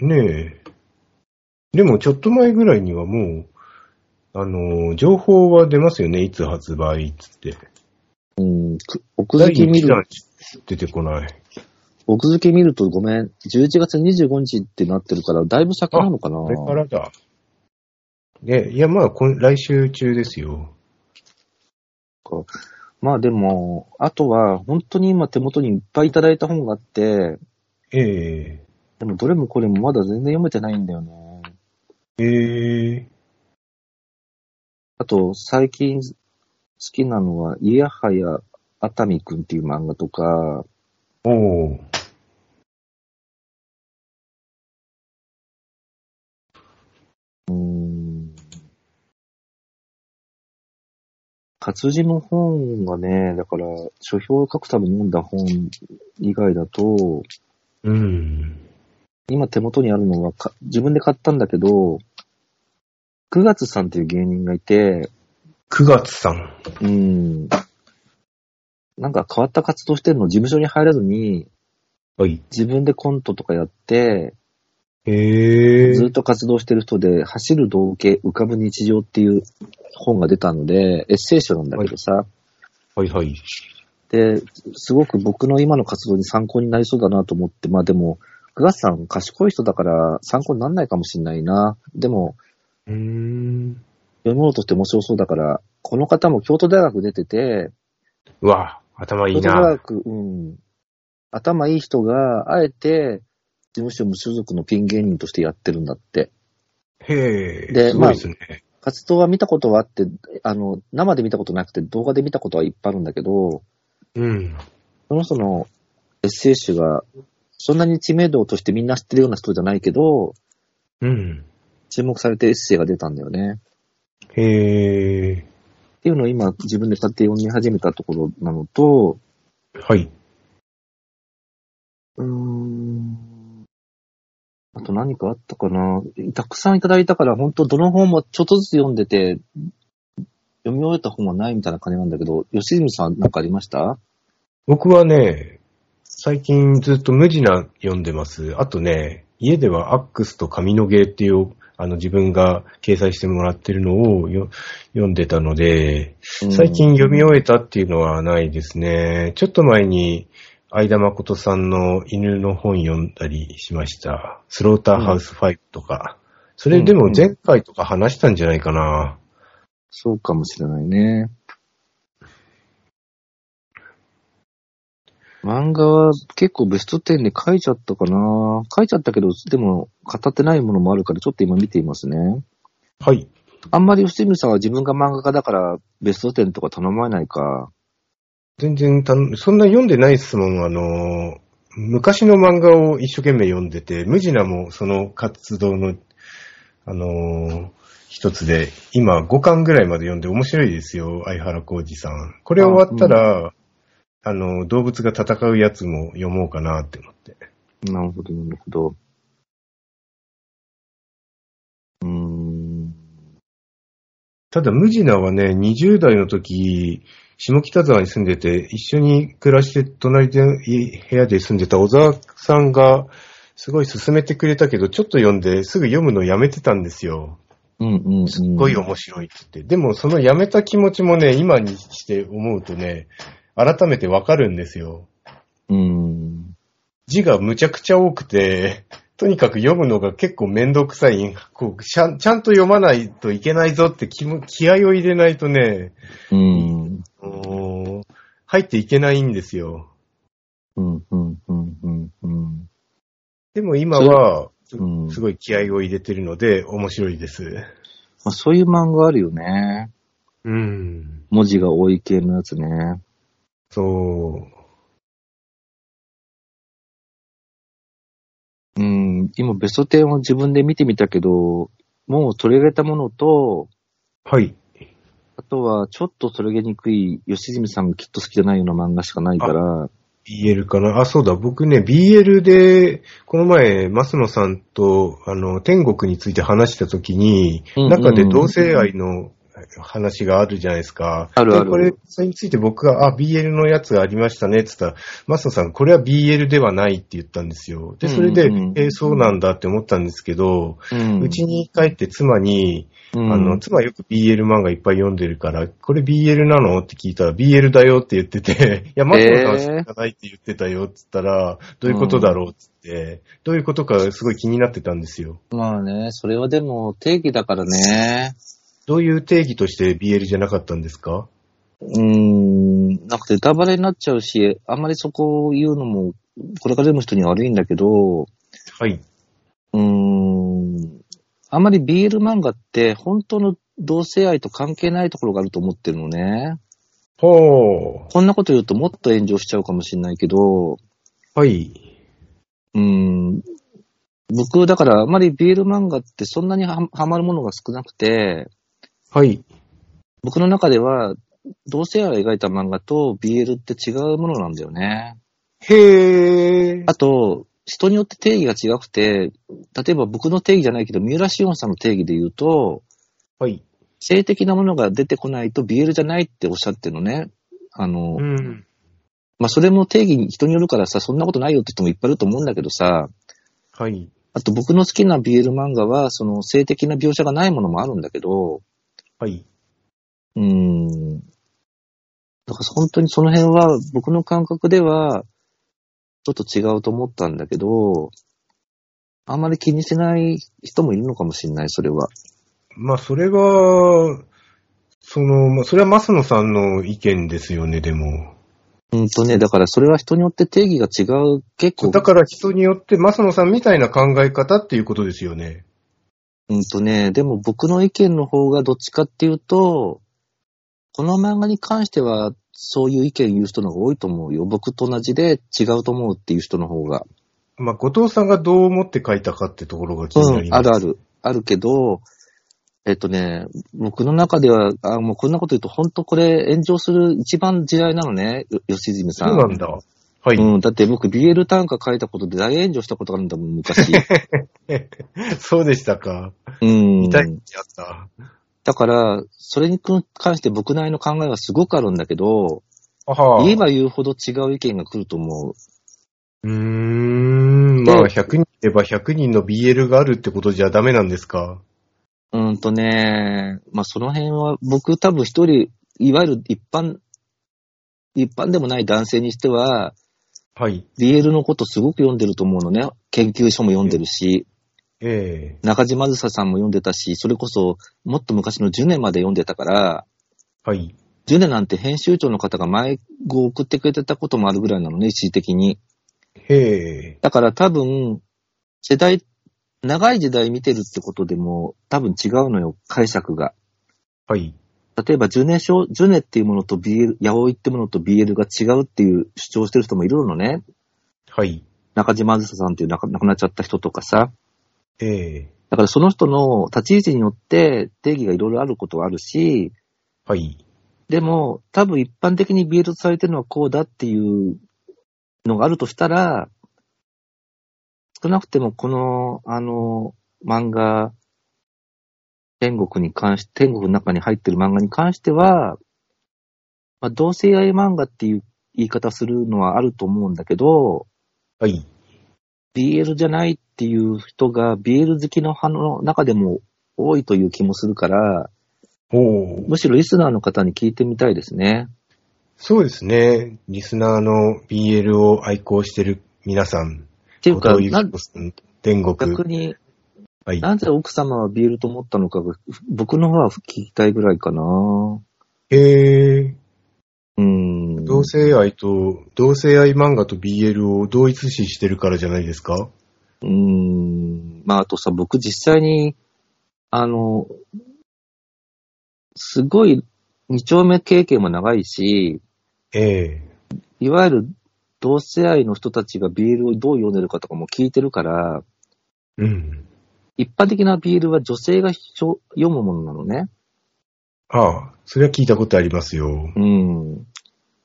Speaker 2: ねえ。でも、ちょっと前ぐらいにはもう、あの、情報は出ますよね。いつ発売っつって。
Speaker 1: うん、く奥
Speaker 2: 第
Speaker 1: 付け見る、
Speaker 2: 1弾出てこない。
Speaker 1: 奥付け見るとごめん、11月25日ってなってるから、だいぶ先なのかな
Speaker 2: これからだ。ねいや、まあ、今来週中ですよ。
Speaker 1: まあでも、あとは、本当に今手元にいっぱいいただいた本があって、
Speaker 2: ええ
Speaker 1: でもどれもこれもまだ全然読めてないんだよね。
Speaker 2: ええ
Speaker 1: あと、最近好きなのは、いやはや熱海くんっていう漫画とか、
Speaker 2: おお。
Speaker 1: うーん。活字の本がね、だから、書評を書くために読んだ本以外だと、
Speaker 2: うん。
Speaker 1: 今手元にあるのはか、自分で買ったんだけど、9月さんっていう芸人がいて、
Speaker 2: 9月さん。
Speaker 1: うん。なんか変わった活動してるの、事務所に入らずに、
Speaker 2: はい。
Speaker 1: 自分でコントとかやって、
Speaker 2: ええ
Speaker 1: ずっと活動してる人で、走る道化、浮かぶ日常っていう本が出たので、エッセイ書なんだけどさ、
Speaker 2: はいはい。
Speaker 1: で、すごく僕の今の活動に参考になりそうだなと思って、まあでも、9月さん賢い人だから参考にならないかもしれないな。でも、
Speaker 2: うーん。
Speaker 1: 読み物として面白そうだから、この方も京都大学出てて、
Speaker 2: うわ、頭いい
Speaker 1: 京都大
Speaker 2: な。
Speaker 1: 学、うん。頭いい人が、あえて、事務所無所属のピン芸人としてやってるんだって。
Speaker 2: へえ。
Speaker 1: です
Speaker 2: ごいですね。
Speaker 1: 活動は見たことはあって、あの、生で見たことなくて動画で見たことはいっぱいあるんだけど、
Speaker 2: うん。
Speaker 1: その人のエッセイ集が、そんなに知名度としてみんな知ってるような人じゃないけど、
Speaker 2: うん。
Speaker 1: 注目されてエッセイが出たんだよね。
Speaker 2: へえ。
Speaker 1: っていうのを今自分で買って読み始めたところなのと、
Speaker 2: はい。
Speaker 1: うーん。あと何かあったかなたくさんいただいたから、本当どの本もちょっとずつ読んでて、読み終えた本はないみたいな感じなんだけど、吉住さんなんかありました
Speaker 2: 僕はね、最近ずっと無地な読んでます。あとね、家ではアックスと髪の毛っていう、あの自分が掲載してもらってるのをよ読んでたので、最近読み終えたっていうのはないですね。ちょっと前に、相田誠さんの犬の本読んだりしました。スローターハウス5とか。それでも前回とか話したんじゃないかな。
Speaker 1: そうかもしれないね。漫画は結構ベスト10で書いちゃったかな書いちゃったけど、でも語ってないものもあるから、ちょっと今見ていますね。
Speaker 2: はい。
Speaker 1: あんまり吉住さんは自分が漫画家だから、ベスト10とか頼まれないか。
Speaker 2: 全然たの、そんな読んでないっすもん。あの、昔の漫画を一生懸命読んでて、無地なもその活動の、あの、一つで、今5巻ぐらいまで読んで面白いですよ。相原浩二さん。これ終わったら、あの、動物が戦うやつも読もうかなって思って。
Speaker 1: なるほど、なるほど。うーん。
Speaker 2: ただ、無地なはね、20代の時、下北沢に住んでて、一緒に暮らして、隣で、い部屋で住んでた小沢さんが、すごい勧めてくれたけど、ちょっと読んで、すぐ読むのやめてたんですよ。
Speaker 1: うんうん、うん。
Speaker 2: すっごい面白いって言って。でも、そのやめた気持ちもね、今にして思うとね、改めてわかるんですよ。
Speaker 1: うん。
Speaker 2: 字がむちゃくちゃ多くて、とにかく読むのが結構めんどくさい。こうちゃんちゃんと読まないといけないぞって気も気合を入れないとね、
Speaker 1: うん。
Speaker 2: おー入っていけないんですよ。
Speaker 1: うん、うん、うん、うん、うん。
Speaker 2: でも今は、す
Speaker 1: うん
Speaker 2: すごい気合を入れてるので面白いです。
Speaker 1: まあ、そういう漫画あるよね。
Speaker 2: うん。
Speaker 1: 文字が多い系のやつね。
Speaker 2: そう。
Speaker 1: うん。今、ベスト10を自分で見てみたけど、もう取り上げたものと、
Speaker 2: はい。
Speaker 1: あとは、ちょっと取り上げにくい、吉住さんがきっと好きじゃないような漫画しかないから、
Speaker 2: BL かなあ、そうだ。僕ね、BL で、この前、増野さんと、あの、天国について話したときに、
Speaker 1: うんうん
Speaker 2: 中で同性愛の話があるじゃないですか。
Speaker 1: あるある
Speaker 2: で、これ、それについて僕が、あ、BL のやつがありましたね、って言ったら、増野さん、これは BL ではないって言ったんですよ。で、それで、
Speaker 1: うんうんうん
Speaker 2: えーそうなんだって思ったんですけど、
Speaker 1: うん
Speaker 2: うち、に帰って妻に、
Speaker 1: うん
Speaker 2: あの、妻よく BL 漫画いっぱい読んでるから、これ BL なのって聞いたら、BL だよって言ってて、い や、マツコさんは知らないって言ってたよって言ったら、どういうことだろうってって、どういうことかすごい気になってたんですよ。
Speaker 1: まあね、それはでも定義だからね。
Speaker 2: どういう定義として BL じゃなかったんですか
Speaker 1: うん、なんかネタバレになっちゃうし、あんまりそこを言うのも、これから読む人には悪いんだけど、
Speaker 2: はい。
Speaker 1: うーん、あんまり BL 漫画って本当の同性愛と関係ないところがあると思ってるのね。
Speaker 2: ほ
Speaker 1: こんなこと言うともっと炎上しちゃうかもしれないけど、
Speaker 2: う。はい。
Speaker 1: うーん、僕、だからあんまり BL 漫画ってそんなにははまるものが少なくて、
Speaker 2: はい。
Speaker 1: 僕の中では同性愛を描いた漫画と BL って違うものなんだよね。
Speaker 2: へー。
Speaker 1: あと、人によって定義が違くて、例えば僕の定義じゃないけど、三浦紫音さんの定義で言うと、
Speaker 2: はい。
Speaker 1: 性的なものが出てこないと BL じゃないっておっしゃってるのね。あの、
Speaker 2: うん。
Speaker 1: まあ、それも定義に人によるからさ、そんなことないよって人もいっぱいいると思うんだけどさ、
Speaker 2: はい。
Speaker 1: あと僕の好きな BL 漫画は、その性的な描写がないものもあるんだけど、
Speaker 2: はい。
Speaker 1: うーん。だから本当にその辺は僕の感覚では、ちょっと違うと思ったんだけど、あんまり気にしない人もいるのかもしれない、それは。
Speaker 2: まあ、それは、その、まあそれは増野さんの意見ですよね、でも。
Speaker 1: うんとね、だからそれは人によって定義が違う、結構
Speaker 2: だから人によって、マスノさんみたいな考え方っていうことですよね。
Speaker 1: うんとね、でも僕の意見の方がどっちかっていうと、この漫画に関してはそういう意見言う人の方が多いと思うよ。僕と同じで違うと思うっていう人の方が。
Speaker 2: まあ、後藤さんがどう思って書いたかってところが気にな
Speaker 1: う
Speaker 2: り
Speaker 1: ん、
Speaker 2: ま
Speaker 1: あ
Speaker 2: す。
Speaker 1: るある。あるけど、えっとね、僕の中では、あもうこんなこと言うと本当これ炎上する一番時代なのね、よ吉住さん。
Speaker 2: そうなんだ。はい。
Speaker 1: うん、だって僕 BL 短歌書いたことで大炎上したことがあるんだもん、 昔。
Speaker 2: そうでしたか。
Speaker 1: うん。
Speaker 2: 痛いやつだ。
Speaker 1: だから、それに関して僕なりの考えはすごくあるんだけど、
Speaker 2: あは
Speaker 1: 言えば言うほど違う意見が来ると思う。
Speaker 2: うーん、まあ、
Speaker 1: で
Speaker 2: 100人いれば100人の BL があるってことじゃダメなんですか
Speaker 1: うーんとね、まあその辺は僕多分一人、いわゆる一般、一般でもない男性にしては、
Speaker 2: はい。
Speaker 1: BL のことすごく読んでると思うのね。研究書も読んでるし、
Speaker 2: ええ
Speaker 1: 中島ずささんも読んでたし、それこそもっと昔の10年まで読んでたから、
Speaker 2: はい。
Speaker 1: ジュネなんて編集長の方が迷子を送ってくれてたこともあるぐらいなのね、一時的に。
Speaker 2: へえ。
Speaker 1: だから多分、世代、長い時代見てるってことでも多分違うのよ、解釈が。
Speaker 2: はい。
Speaker 1: 例えば、ジュネ賞、ジュネっていうものと BL、ヤオイってものと BL が違うっていう主張してる人もいるのね。
Speaker 2: はい。
Speaker 1: 中島あずささんっていう亡く亡くなっちゃった人とかさ。
Speaker 2: ええ
Speaker 1: だからその人の立ち位置によって定義がいろいろあることはあるし、
Speaker 2: はい。
Speaker 1: でも多分一般的に BL とされてるのはこうだっていうのがあるとしたら、少なくてもこの、あの、漫画、天国に関し、天国の中に入ってる漫画に関しては、まあ、同性愛漫画っていう言い方するのはあると思うんだけど、
Speaker 2: はい。
Speaker 1: BL じゃないっていう人が BL 好きの派の中でも多いという気もするから、
Speaker 2: おー
Speaker 1: むしろリスナーの方に聞いてみたいですね。
Speaker 2: そうですね。リスナーの BL を愛好してる皆さん。
Speaker 1: っていうか、
Speaker 2: 後藤
Speaker 1: な
Speaker 2: 幸子さん天
Speaker 1: 逆
Speaker 2: 国。
Speaker 1: に、
Speaker 2: はい。
Speaker 1: なぜ奥様はビールと思ったのかが、僕の方は聞きたいぐらいかな。
Speaker 2: へえ。
Speaker 1: うん。
Speaker 2: 同性愛と、同性愛漫画と BL を同一視してるからじゃないですか
Speaker 1: うん。まあ、あとさ、僕実際に、あの、すごい二丁目経験も長いし、
Speaker 2: ええ
Speaker 1: いわゆる同性愛の人たちがビールをどう読んでるかとかも聞いてるから、
Speaker 2: うん。
Speaker 1: 一般的なビールは女性が読むものなのね。
Speaker 2: ああ、それは聞いたことありますよ。
Speaker 1: うん。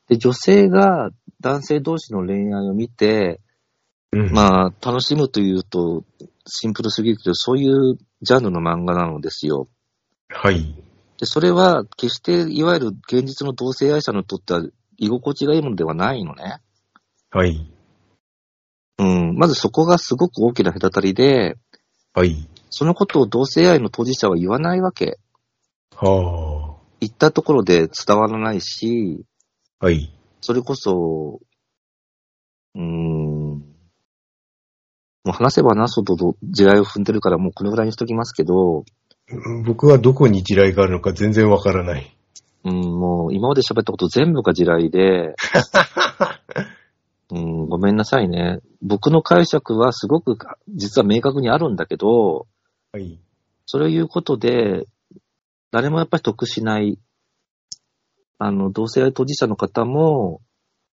Speaker 1: で、女性が男性同士の恋愛を見て、
Speaker 2: うん。
Speaker 1: まあ、楽しむというと、シンプルすぎるけど、そういうジャンルの漫画なのですよ。
Speaker 2: はい。
Speaker 1: で、それは、決して、いわゆる現実の同性愛者にとっては、居心地がいいものではないのね。
Speaker 2: はい。
Speaker 1: うん。まずそこがすごく大きな隔たりで、
Speaker 2: はい。
Speaker 1: そのことを同性愛の当事者は言わないわけ。
Speaker 2: は
Speaker 1: 言ったところで伝わらないし、
Speaker 2: あ。はい。
Speaker 1: それこそ、うーん、もう話せば話すほど地雷を踏んでるからもうこのぐらいにしときますけど、
Speaker 2: 僕はどこに地雷があるのか全然わからない。
Speaker 1: うん、もう今まで喋ったこと全部が地雷で、うん、ごめんなさいね。僕の解釈はすごく実は明確にあるんだけど、
Speaker 2: はい。
Speaker 1: それを言うことで、誰もやっぱり得しない、あの、同性愛当事者の方も、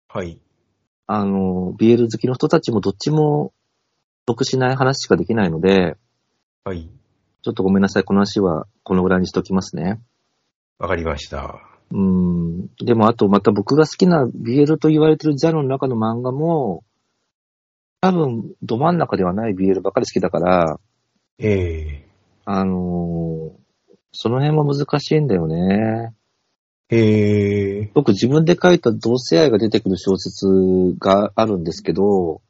Speaker 2: はい。
Speaker 1: あの、BL 好きの人たちもどっちも得しない話しかできないので、
Speaker 2: はい。
Speaker 1: ちょっとごめんなさい、この話はこのぐらいにしときますね。
Speaker 2: わかりました。
Speaker 1: うーん。でもあとまた僕が好きな BL と言われてるジャンルの中の漫画も、多分ど真ん中ではない BL ばっかり好きだから、
Speaker 2: え
Speaker 1: あのーその辺も難しいんだよね。
Speaker 2: えええ
Speaker 1: 僕自分で書いた同性愛が出てくる小説があるんですけど、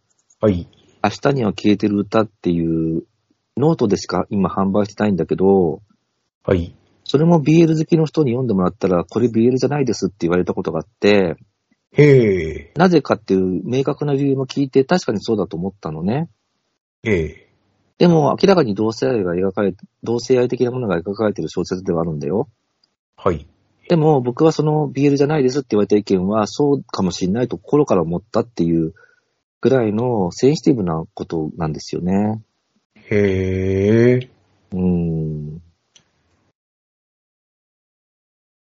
Speaker 2: はい。
Speaker 1: 明日には消えてる歌っていうノートでしか今販売してないんだけど、
Speaker 2: はい。
Speaker 1: それも BL 好きの人に読んでもらったら、これ BL じゃないですって言われたことがあって、
Speaker 2: へえ。
Speaker 1: なぜかっていう明確な理由も聞いて、確かにそうだと思ったのね。
Speaker 2: ええ。
Speaker 1: でも、明らかに同性愛が描かれ、同性愛的なものが描かれてる小説ではあるんだよ。
Speaker 2: はい。
Speaker 1: でも、僕はその BL じゃないですって言われた意見は、そうかもしれないと心から思ったっていうぐらいのセンシティブなことなんですよね。
Speaker 2: へえ。
Speaker 1: うん。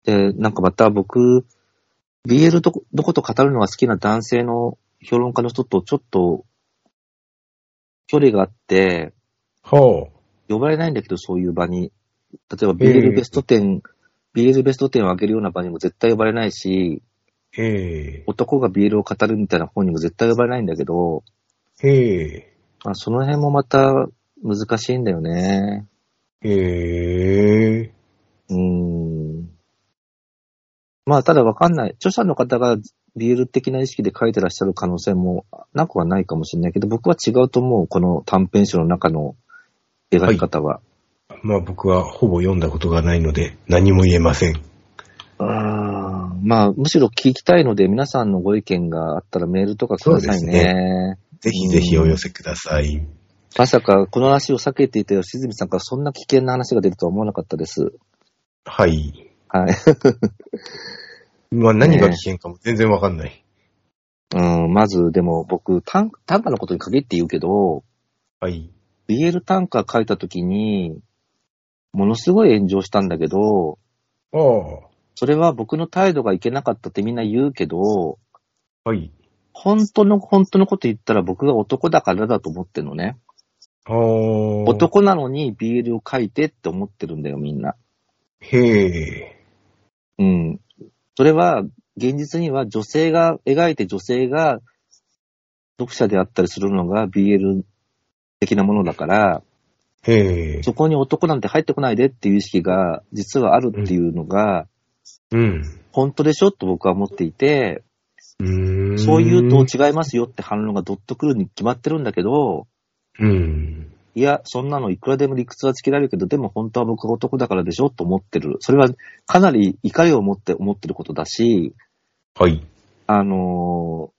Speaker 1: で、なんかまた僕、BL とこのこと語るのが好きな男性の評論家の人とちょっと距離があって、
Speaker 2: は
Speaker 1: 呼ばれないんだけど、そういう場に。例えば
Speaker 2: ええ
Speaker 1: BL ベスト10、BL ベスト10を上げるような場にも絶対呼ばれないし、
Speaker 2: あ。え
Speaker 1: 男がビールを語るみたいな本にも絶対呼ばれないんだけど、
Speaker 2: え、え
Speaker 1: まあ、その辺もまた難しいんだよね。
Speaker 2: え、ええ、
Speaker 1: うーん。まあ、ただわかんない。著者の方がビール的な意識で書いてらっしゃる可能性もなくはないかもしれないけど、僕は違うと思う。この短編集の中の描き方は。
Speaker 2: まあ僕はほぼ読んだことがないので何も言えません。
Speaker 1: あーまあ、むしろ聞きたいので、皆さんのご意見があったらメールとかください
Speaker 2: そうです
Speaker 1: ね。
Speaker 2: ぜひぜひお寄せください。
Speaker 1: まさか、この話を避けていた吉住さんからそんな危険な話が出るとは思わなかったです。
Speaker 2: はい。
Speaker 1: はい。
Speaker 2: まあ何が危険かも全然わかんない。
Speaker 1: うん、まず、でも僕、短短歌のことに限って言うけど、
Speaker 2: はい。
Speaker 1: BL 短歌書いたときに、ものすごい炎上したんだけど、
Speaker 2: ああ。
Speaker 1: それは僕の態度がいけなかったってみんな言うけど、
Speaker 2: はい。
Speaker 1: 本当の、本当のこと言ったら僕が男だからだと思ってるのね。
Speaker 2: ああ。。
Speaker 1: 男なのに BL を書いてって思ってるんだよ、みんな。
Speaker 2: へえ。
Speaker 1: うん。それは、現実には女性が、描いて女性が、読者であったりするのが BL 的なものだから、
Speaker 2: へえ。
Speaker 1: そこに男なんて入ってこないでっていう意識が実はあるっていうのが、
Speaker 2: うん。
Speaker 1: 本当でしょと僕は思っていて、
Speaker 2: うーん。
Speaker 1: そう言うと違いますよって反論がどっとくるに決まってるんだけど、
Speaker 2: うん。
Speaker 1: いや、そんなのいくらでも理屈はつけられるけど、でも本当は僕は男だからでしょと思ってる。それはかなり怒りを持って思ってることだし、
Speaker 2: はい。
Speaker 1: あの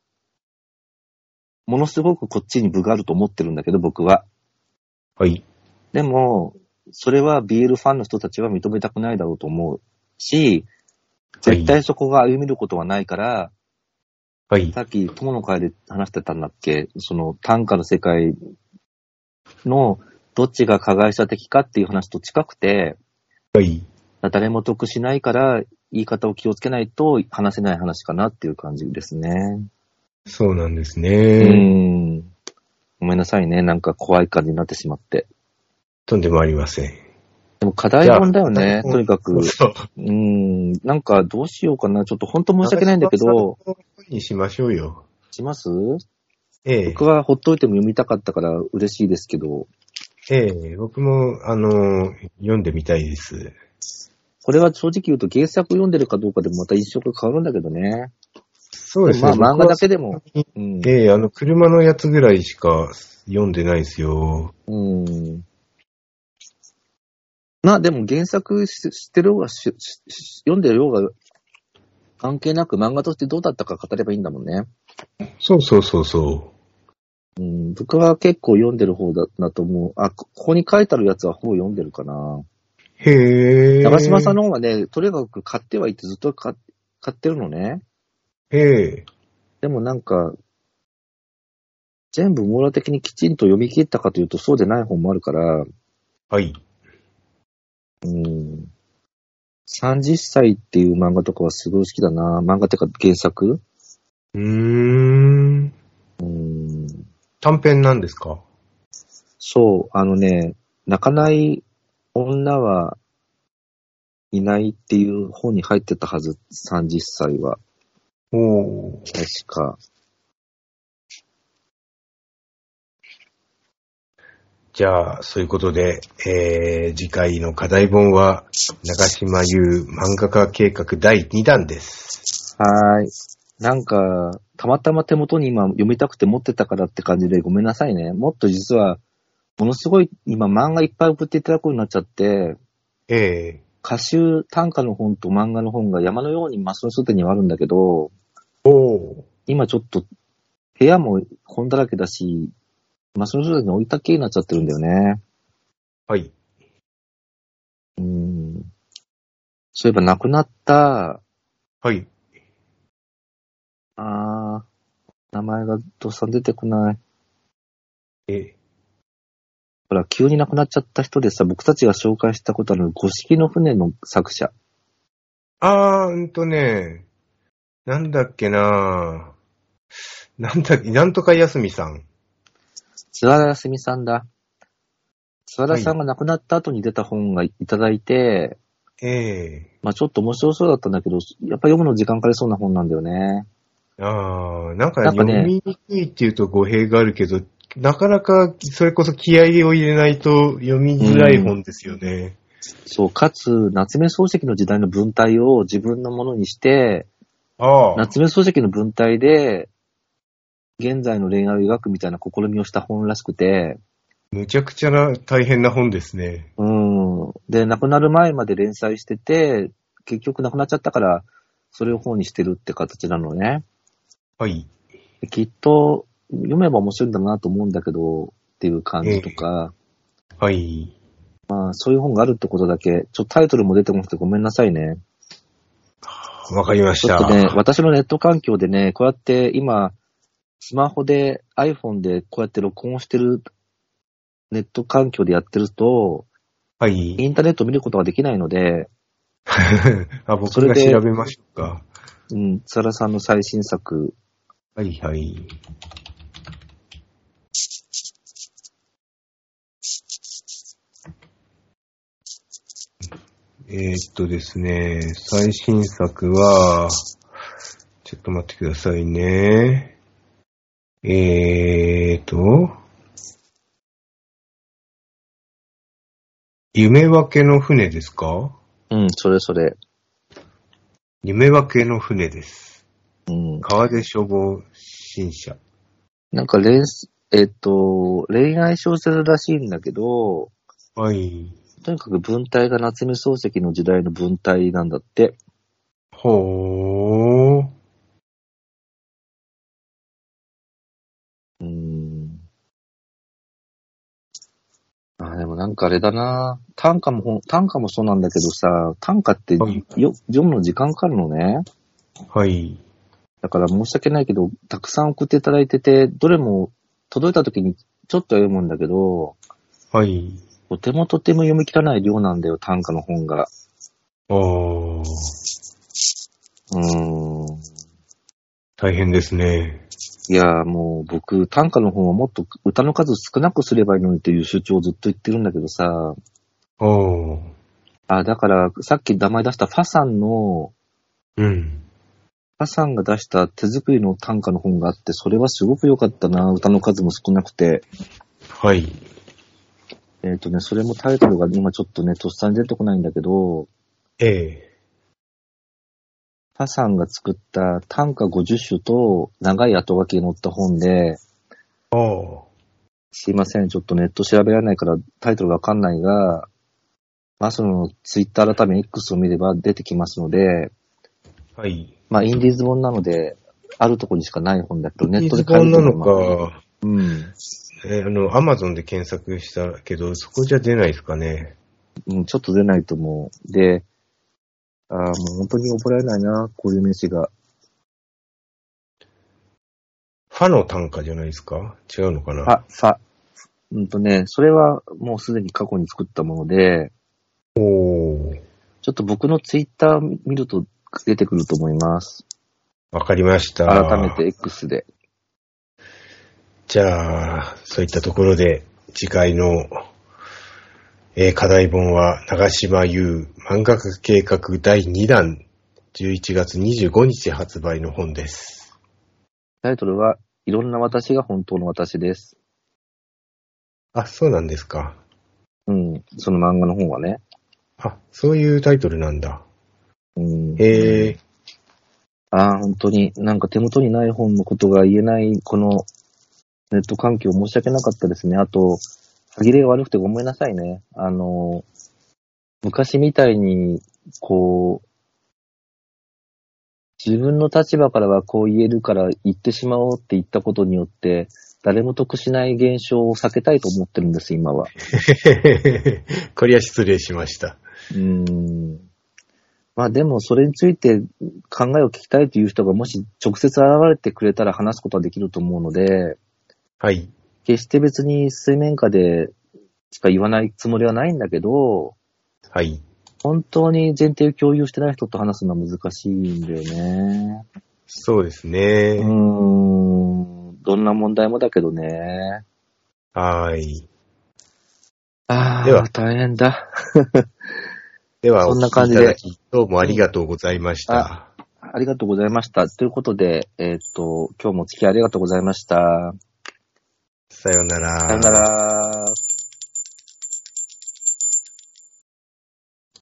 Speaker 1: ーものすごくこっちに部があると思ってるんだけど、僕は。
Speaker 2: はい。
Speaker 1: でも、それは BL ファンの人たちは認めたくないだろうと思うし、絶対そこが歩みることはないから、
Speaker 2: はい。
Speaker 1: さっき友の会で話してたんだっけ、その短歌の世界のどっちが加害者的かっていう話と近くて、
Speaker 2: はい。
Speaker 1: 誰も得しないから言い方を気をつけないと話せない話かなっていう感じですね。
Speaker 2: そうなんです
Speaker 1: う
Speaker 2: ね。
Speaker 1: ん。ごめんなさいね。なんか怖い感じになってしまって。
Speaker 2: とんでもありません。
Speaker 1: でも課題本だよね。
Speaker 2: じゃあ
Speaker 1: とにかく。
Speaker 2: そう。
Speaker 1: うん。なんかどうしようかな。ちょっと本当申し訳ないん だけど、。
Speaker 2: にしましょうよ。
Speaker 1: します
Speaker 2: ええ
Speaker 1: 僕。はほっといても読みたかったから嬉しいですけど、
Speaker 2: ええ。僕も、あの、読んでみたいです。
Speaker 1: これは正直言うと原作読んでるかどうかでもまた印象が変わるんだけどね。
Speaker 2: そうです
Speaker 1: ま
Speaker 2: ね。
Speaker 1: あ漫画だけで
Speaker 2: 僕は
Speaker 1: も。うん。
Speaker 2: ええ、あの、車のやつぐらいしか読んでないですよ。
Speaker 1: うん。まあでも原作し知ってる方がししし読んでる方が関係なく漫画としてどうだったか語ればいいんだもんね。
Speaker 2: そうそうそうそ
Speaker 1: うん、僕は結構読んでる方だなと思う。あ、こここに書いてあるやつはほぼ読んでるかな。
Speaker 2: う。へえ。
Speaker 1: 長島さんの方はね、とにかく買ってはいてずっと買っ買ってるのね。
Speaker 2: ええ。
Speaker 1: でもなんか、全部網羅的にきちんと読み切ったかというとそうでない本もあるから、
Speaker 2: はい。
Speaker 1: うん。30歳っていう漫画とかはすごい好きだな。漫画ってか原作
Speaker 2: うーん。
Speaker 1: うん。
Speaker 2: 短編なんですか
Speaker 1: そう、あのね、泣かない女はいないっていう本に入ってたはず、30歳は。
Speaker 2: おー。
Speaker 1: 確か。
Speaker 2: じゃあ、そういうことで、えー、次回の課題本は、長島優漫画家計画第2弾です。
Speaker 1: はーい。なんか、たまたま手元に今読みたくて持ってたからって感じでごめんなさいね。もっと実は、ものすごい今漫画いっぱい送っていただくようになっちゃって、
Speaker 2: ええ
Speaker 1: 歌集、短歌の本と漫画の本が山のようにマスの外にはあるんだけど、
Speaker 2: おー。
Speaker 1: 今ちょっと、部屋も本だらけだし、マスの外に置いたっきりになっちゃってるんだよね。
Speaker 2: はい。
Speaker 1: うん。そういえば亡くなった、
Speaker 2: はい。
Speaker 1: あー、名前がどうさん出てこない。
Speaker 2: え、
Speaker 1: ほら、急に亡くなっちゃった人でさ、僕たちが紹介したことある五色の船の作者。
Speaker 2: あー、うんとね、なんだっけななんだっけ、なんとか休みさん。
Speaker 1: 津原康美さんだ。津原さんが亡くなった後に出た本がいただいて、
Speaker 2: え
Speaker 1: まあちょっと面白そうだったんだけど、やっぱ読むの時間かかりそうな本なんだよね。
Speaker 2: えああ、なんか
Speaker 1: なんか
Speaker 2: 読
Speaker 1: ね
Speaker 2: みにくいっていうと語弊があるけど、なかなかそれこそ気合を入れないと読みづらい本ですよね。
Speaker 1: そう、かつ、夏目漱石の時代の文体を自分のものにして、
Speaker 2: ああ、
Speaker 1: 夏目漱石の文体で、現在の恋愛を描くみたいな試みをした本らしくて、
Speaker 2: むちゃくちゃな大変な本ですね。
Speaker 1: うん。で、亡くなる前まで連載してて、結局亡くなっちゃったから、それを本にしてるって形なのね。
Speaker 2: はい。
Speaker 1: きっと、読めば面白いんだなと思うんだけど、っていう感じとか、
Speaker 2: はい。
Speaker 1: まあ、そういう本があるってことだけ、ちょっとタイトルも出てこなくてごめんなさいね。
Speaker 2: わかりまし
Speaker 1: ちょ
Speaker 2: た。
Speaker 1: っとね、私のネット環境でね、こうやって今、スマホで iPhone でこうやって録音をしてる、ネット環境でやってると、
Speaker 2: はい。
Speaker 1: インターネットを見ることができないので、 そ
Speaker 2: あ、僕
Speaker 1: れ
Speaker 2: が
Speaker 1: で
Speaker 2: 調べましょうか。
Speaker 1: うん、津原さんの最新作、
Speaker 2: はいはい。えーっとですね、最新作は、ちょっと待ってくださいね。えーっと、夢分けの船ですか
Speaker 1: うん、それそれ、
Speaker 2: 夢分けの船です。
Speaker 1: うん、
Speaker 2: 川出消防新社。
Speaker 1: なんか恋、えっと、恋愛小説らしいんだけど、
Speaker 2: はい。
Speaker 1: とにかく文体が夏目漱石の時代の文体なんだって。
Speaker 2: ほー。
Speaker 1: うん。あ、でもなんかあれだな短歌もほん、短歌もそうなんだけどさ、短歌って
Speaker 2: はい
Speaker 1: よ読むの時間かかるのね。
Speaker 2: はい。
Speaker 1: だから申し訳ないけど、たくさん送っていただいてて、どれも届いた時にちょっと読むんだけど、
Speaker 2: はい。
Speaker 1: とてもとても読み切らない量なんだよ、短歌の本が。
Speaker 2: あー。
Speaker 1: うーん。
Speaker 2: 大変ですね。
Speaker 1: いや、もう僕、短歌の方はもっと歌の数少なくすればいいのにという主張をずっと言ってるんだけどさ、
Speaker 2: あー。
Speaker 1: あ、だから、さっき名前出したファさんの、
Speaker 2: うん。
Speaker 1: ファさんが出した手作りの短歌の本があって、それはすごく良かったな、歌の数も少なくて。
Speaker 2: はい。
Speaker 1: えっ、とね、それもタイトルが今ちょっとね、とっさに出てこないんだけど、
Speaker 2: ええ。
Speaker 1: ファさんが作った短歌50首と長い後書きに載った本で、
Speaker 2: あー。
Speaker 1: すいません、ちょっとネット調べられないからタイトルわかんないが、マスのツイッター改め X を見れば出てきますので、
Speaker 2: はい。
Speaker 1: まあインディーズ本なので、あるところにしかない本だけど、ネットで
Speaker 2: 水
Speaker 1: 買え
Speaker 2: 本
Speaker 1: る
Speaker 2: な
Speaker 1: と思い
Speaker 2: の
Speaker 1: ます。
Speaker 2: か、
Speaker 1: うん
Speaker 2: えあの、アマゾンで検索したけど、そこじゃ出ないですかね。
Speaker 1: うん、ちょっと出ないと思う。で、あーもう本当に怒られないな、こういう名詞が。
Speaker 2: ファの単価じゃないですか違うのかな
Speaker 1: ファ、ファ。うんとね、それはもうすでに過去に作ったもので、
Speaker 2: おー。
Speaker 1: ちょっと僕のツイッター見ると出てくると思います。
Speaker 2: わかりました。
Speaker 1: 改めて。X で。
Speaker 2: じゃあ、そういったところで、次回の、えー課題本は、長島優漫画家計画第2弾、11月25日発売の本です。
Speaker 1: タイトルは、いろんな私が本当の私です。
Speaker 2: あ、そうなんですか。
Speaker 1: うん、その漫画の本はね。
Speaker 2: あ、そういうタイトルなんだ。
Speaker 1: うん、
Speaker 2: えー、
Speaker 1: ああ、本当に、なんか手元にない本のことが言えない、このネット環境申し訳なかったですね。あと、歯切れが悪くてごめんなさいね。あの、昔みたいに、こう、自分の立場からはこう言えるから言ってしまおうって言ったことによって、誰も得しない現象を避けたいと思ってるんです、今は。
Speaker 2: こりゃ失礼しました。
Speaker 1: うーんまあでも、それについて考えを聞きたいという人がもし直接現れてくれたら話すことはできると思うので、
Speaker 2: はい。
Speaker 1: 決して別に水面下でしか言わないつもりはないんだけど、
Speaker 2: はい。
Speaker 1: 本当に前提を共有してない人と話すのは難しいんだよね。
Speaker 2: そうです
Speaker 1: うー
Speaker 2: ね。
Speaker 1: ん、どんな問題もだけどね。
Speaker 2: はーい。
Speaker 1: あ
Speaker 2: では
Speaker 1: あ、大変だ。
Speaker 2: では、
Speaker 1: そんな感じで
Speaker 2: お聞きいただきどうもありがとうございました。
Speaker 1: ありがとうございました。ということで、えっ、と、今日もお付き合いありがとうございました。
Speaker 2: さようなら。
Speaker 1: さよなら。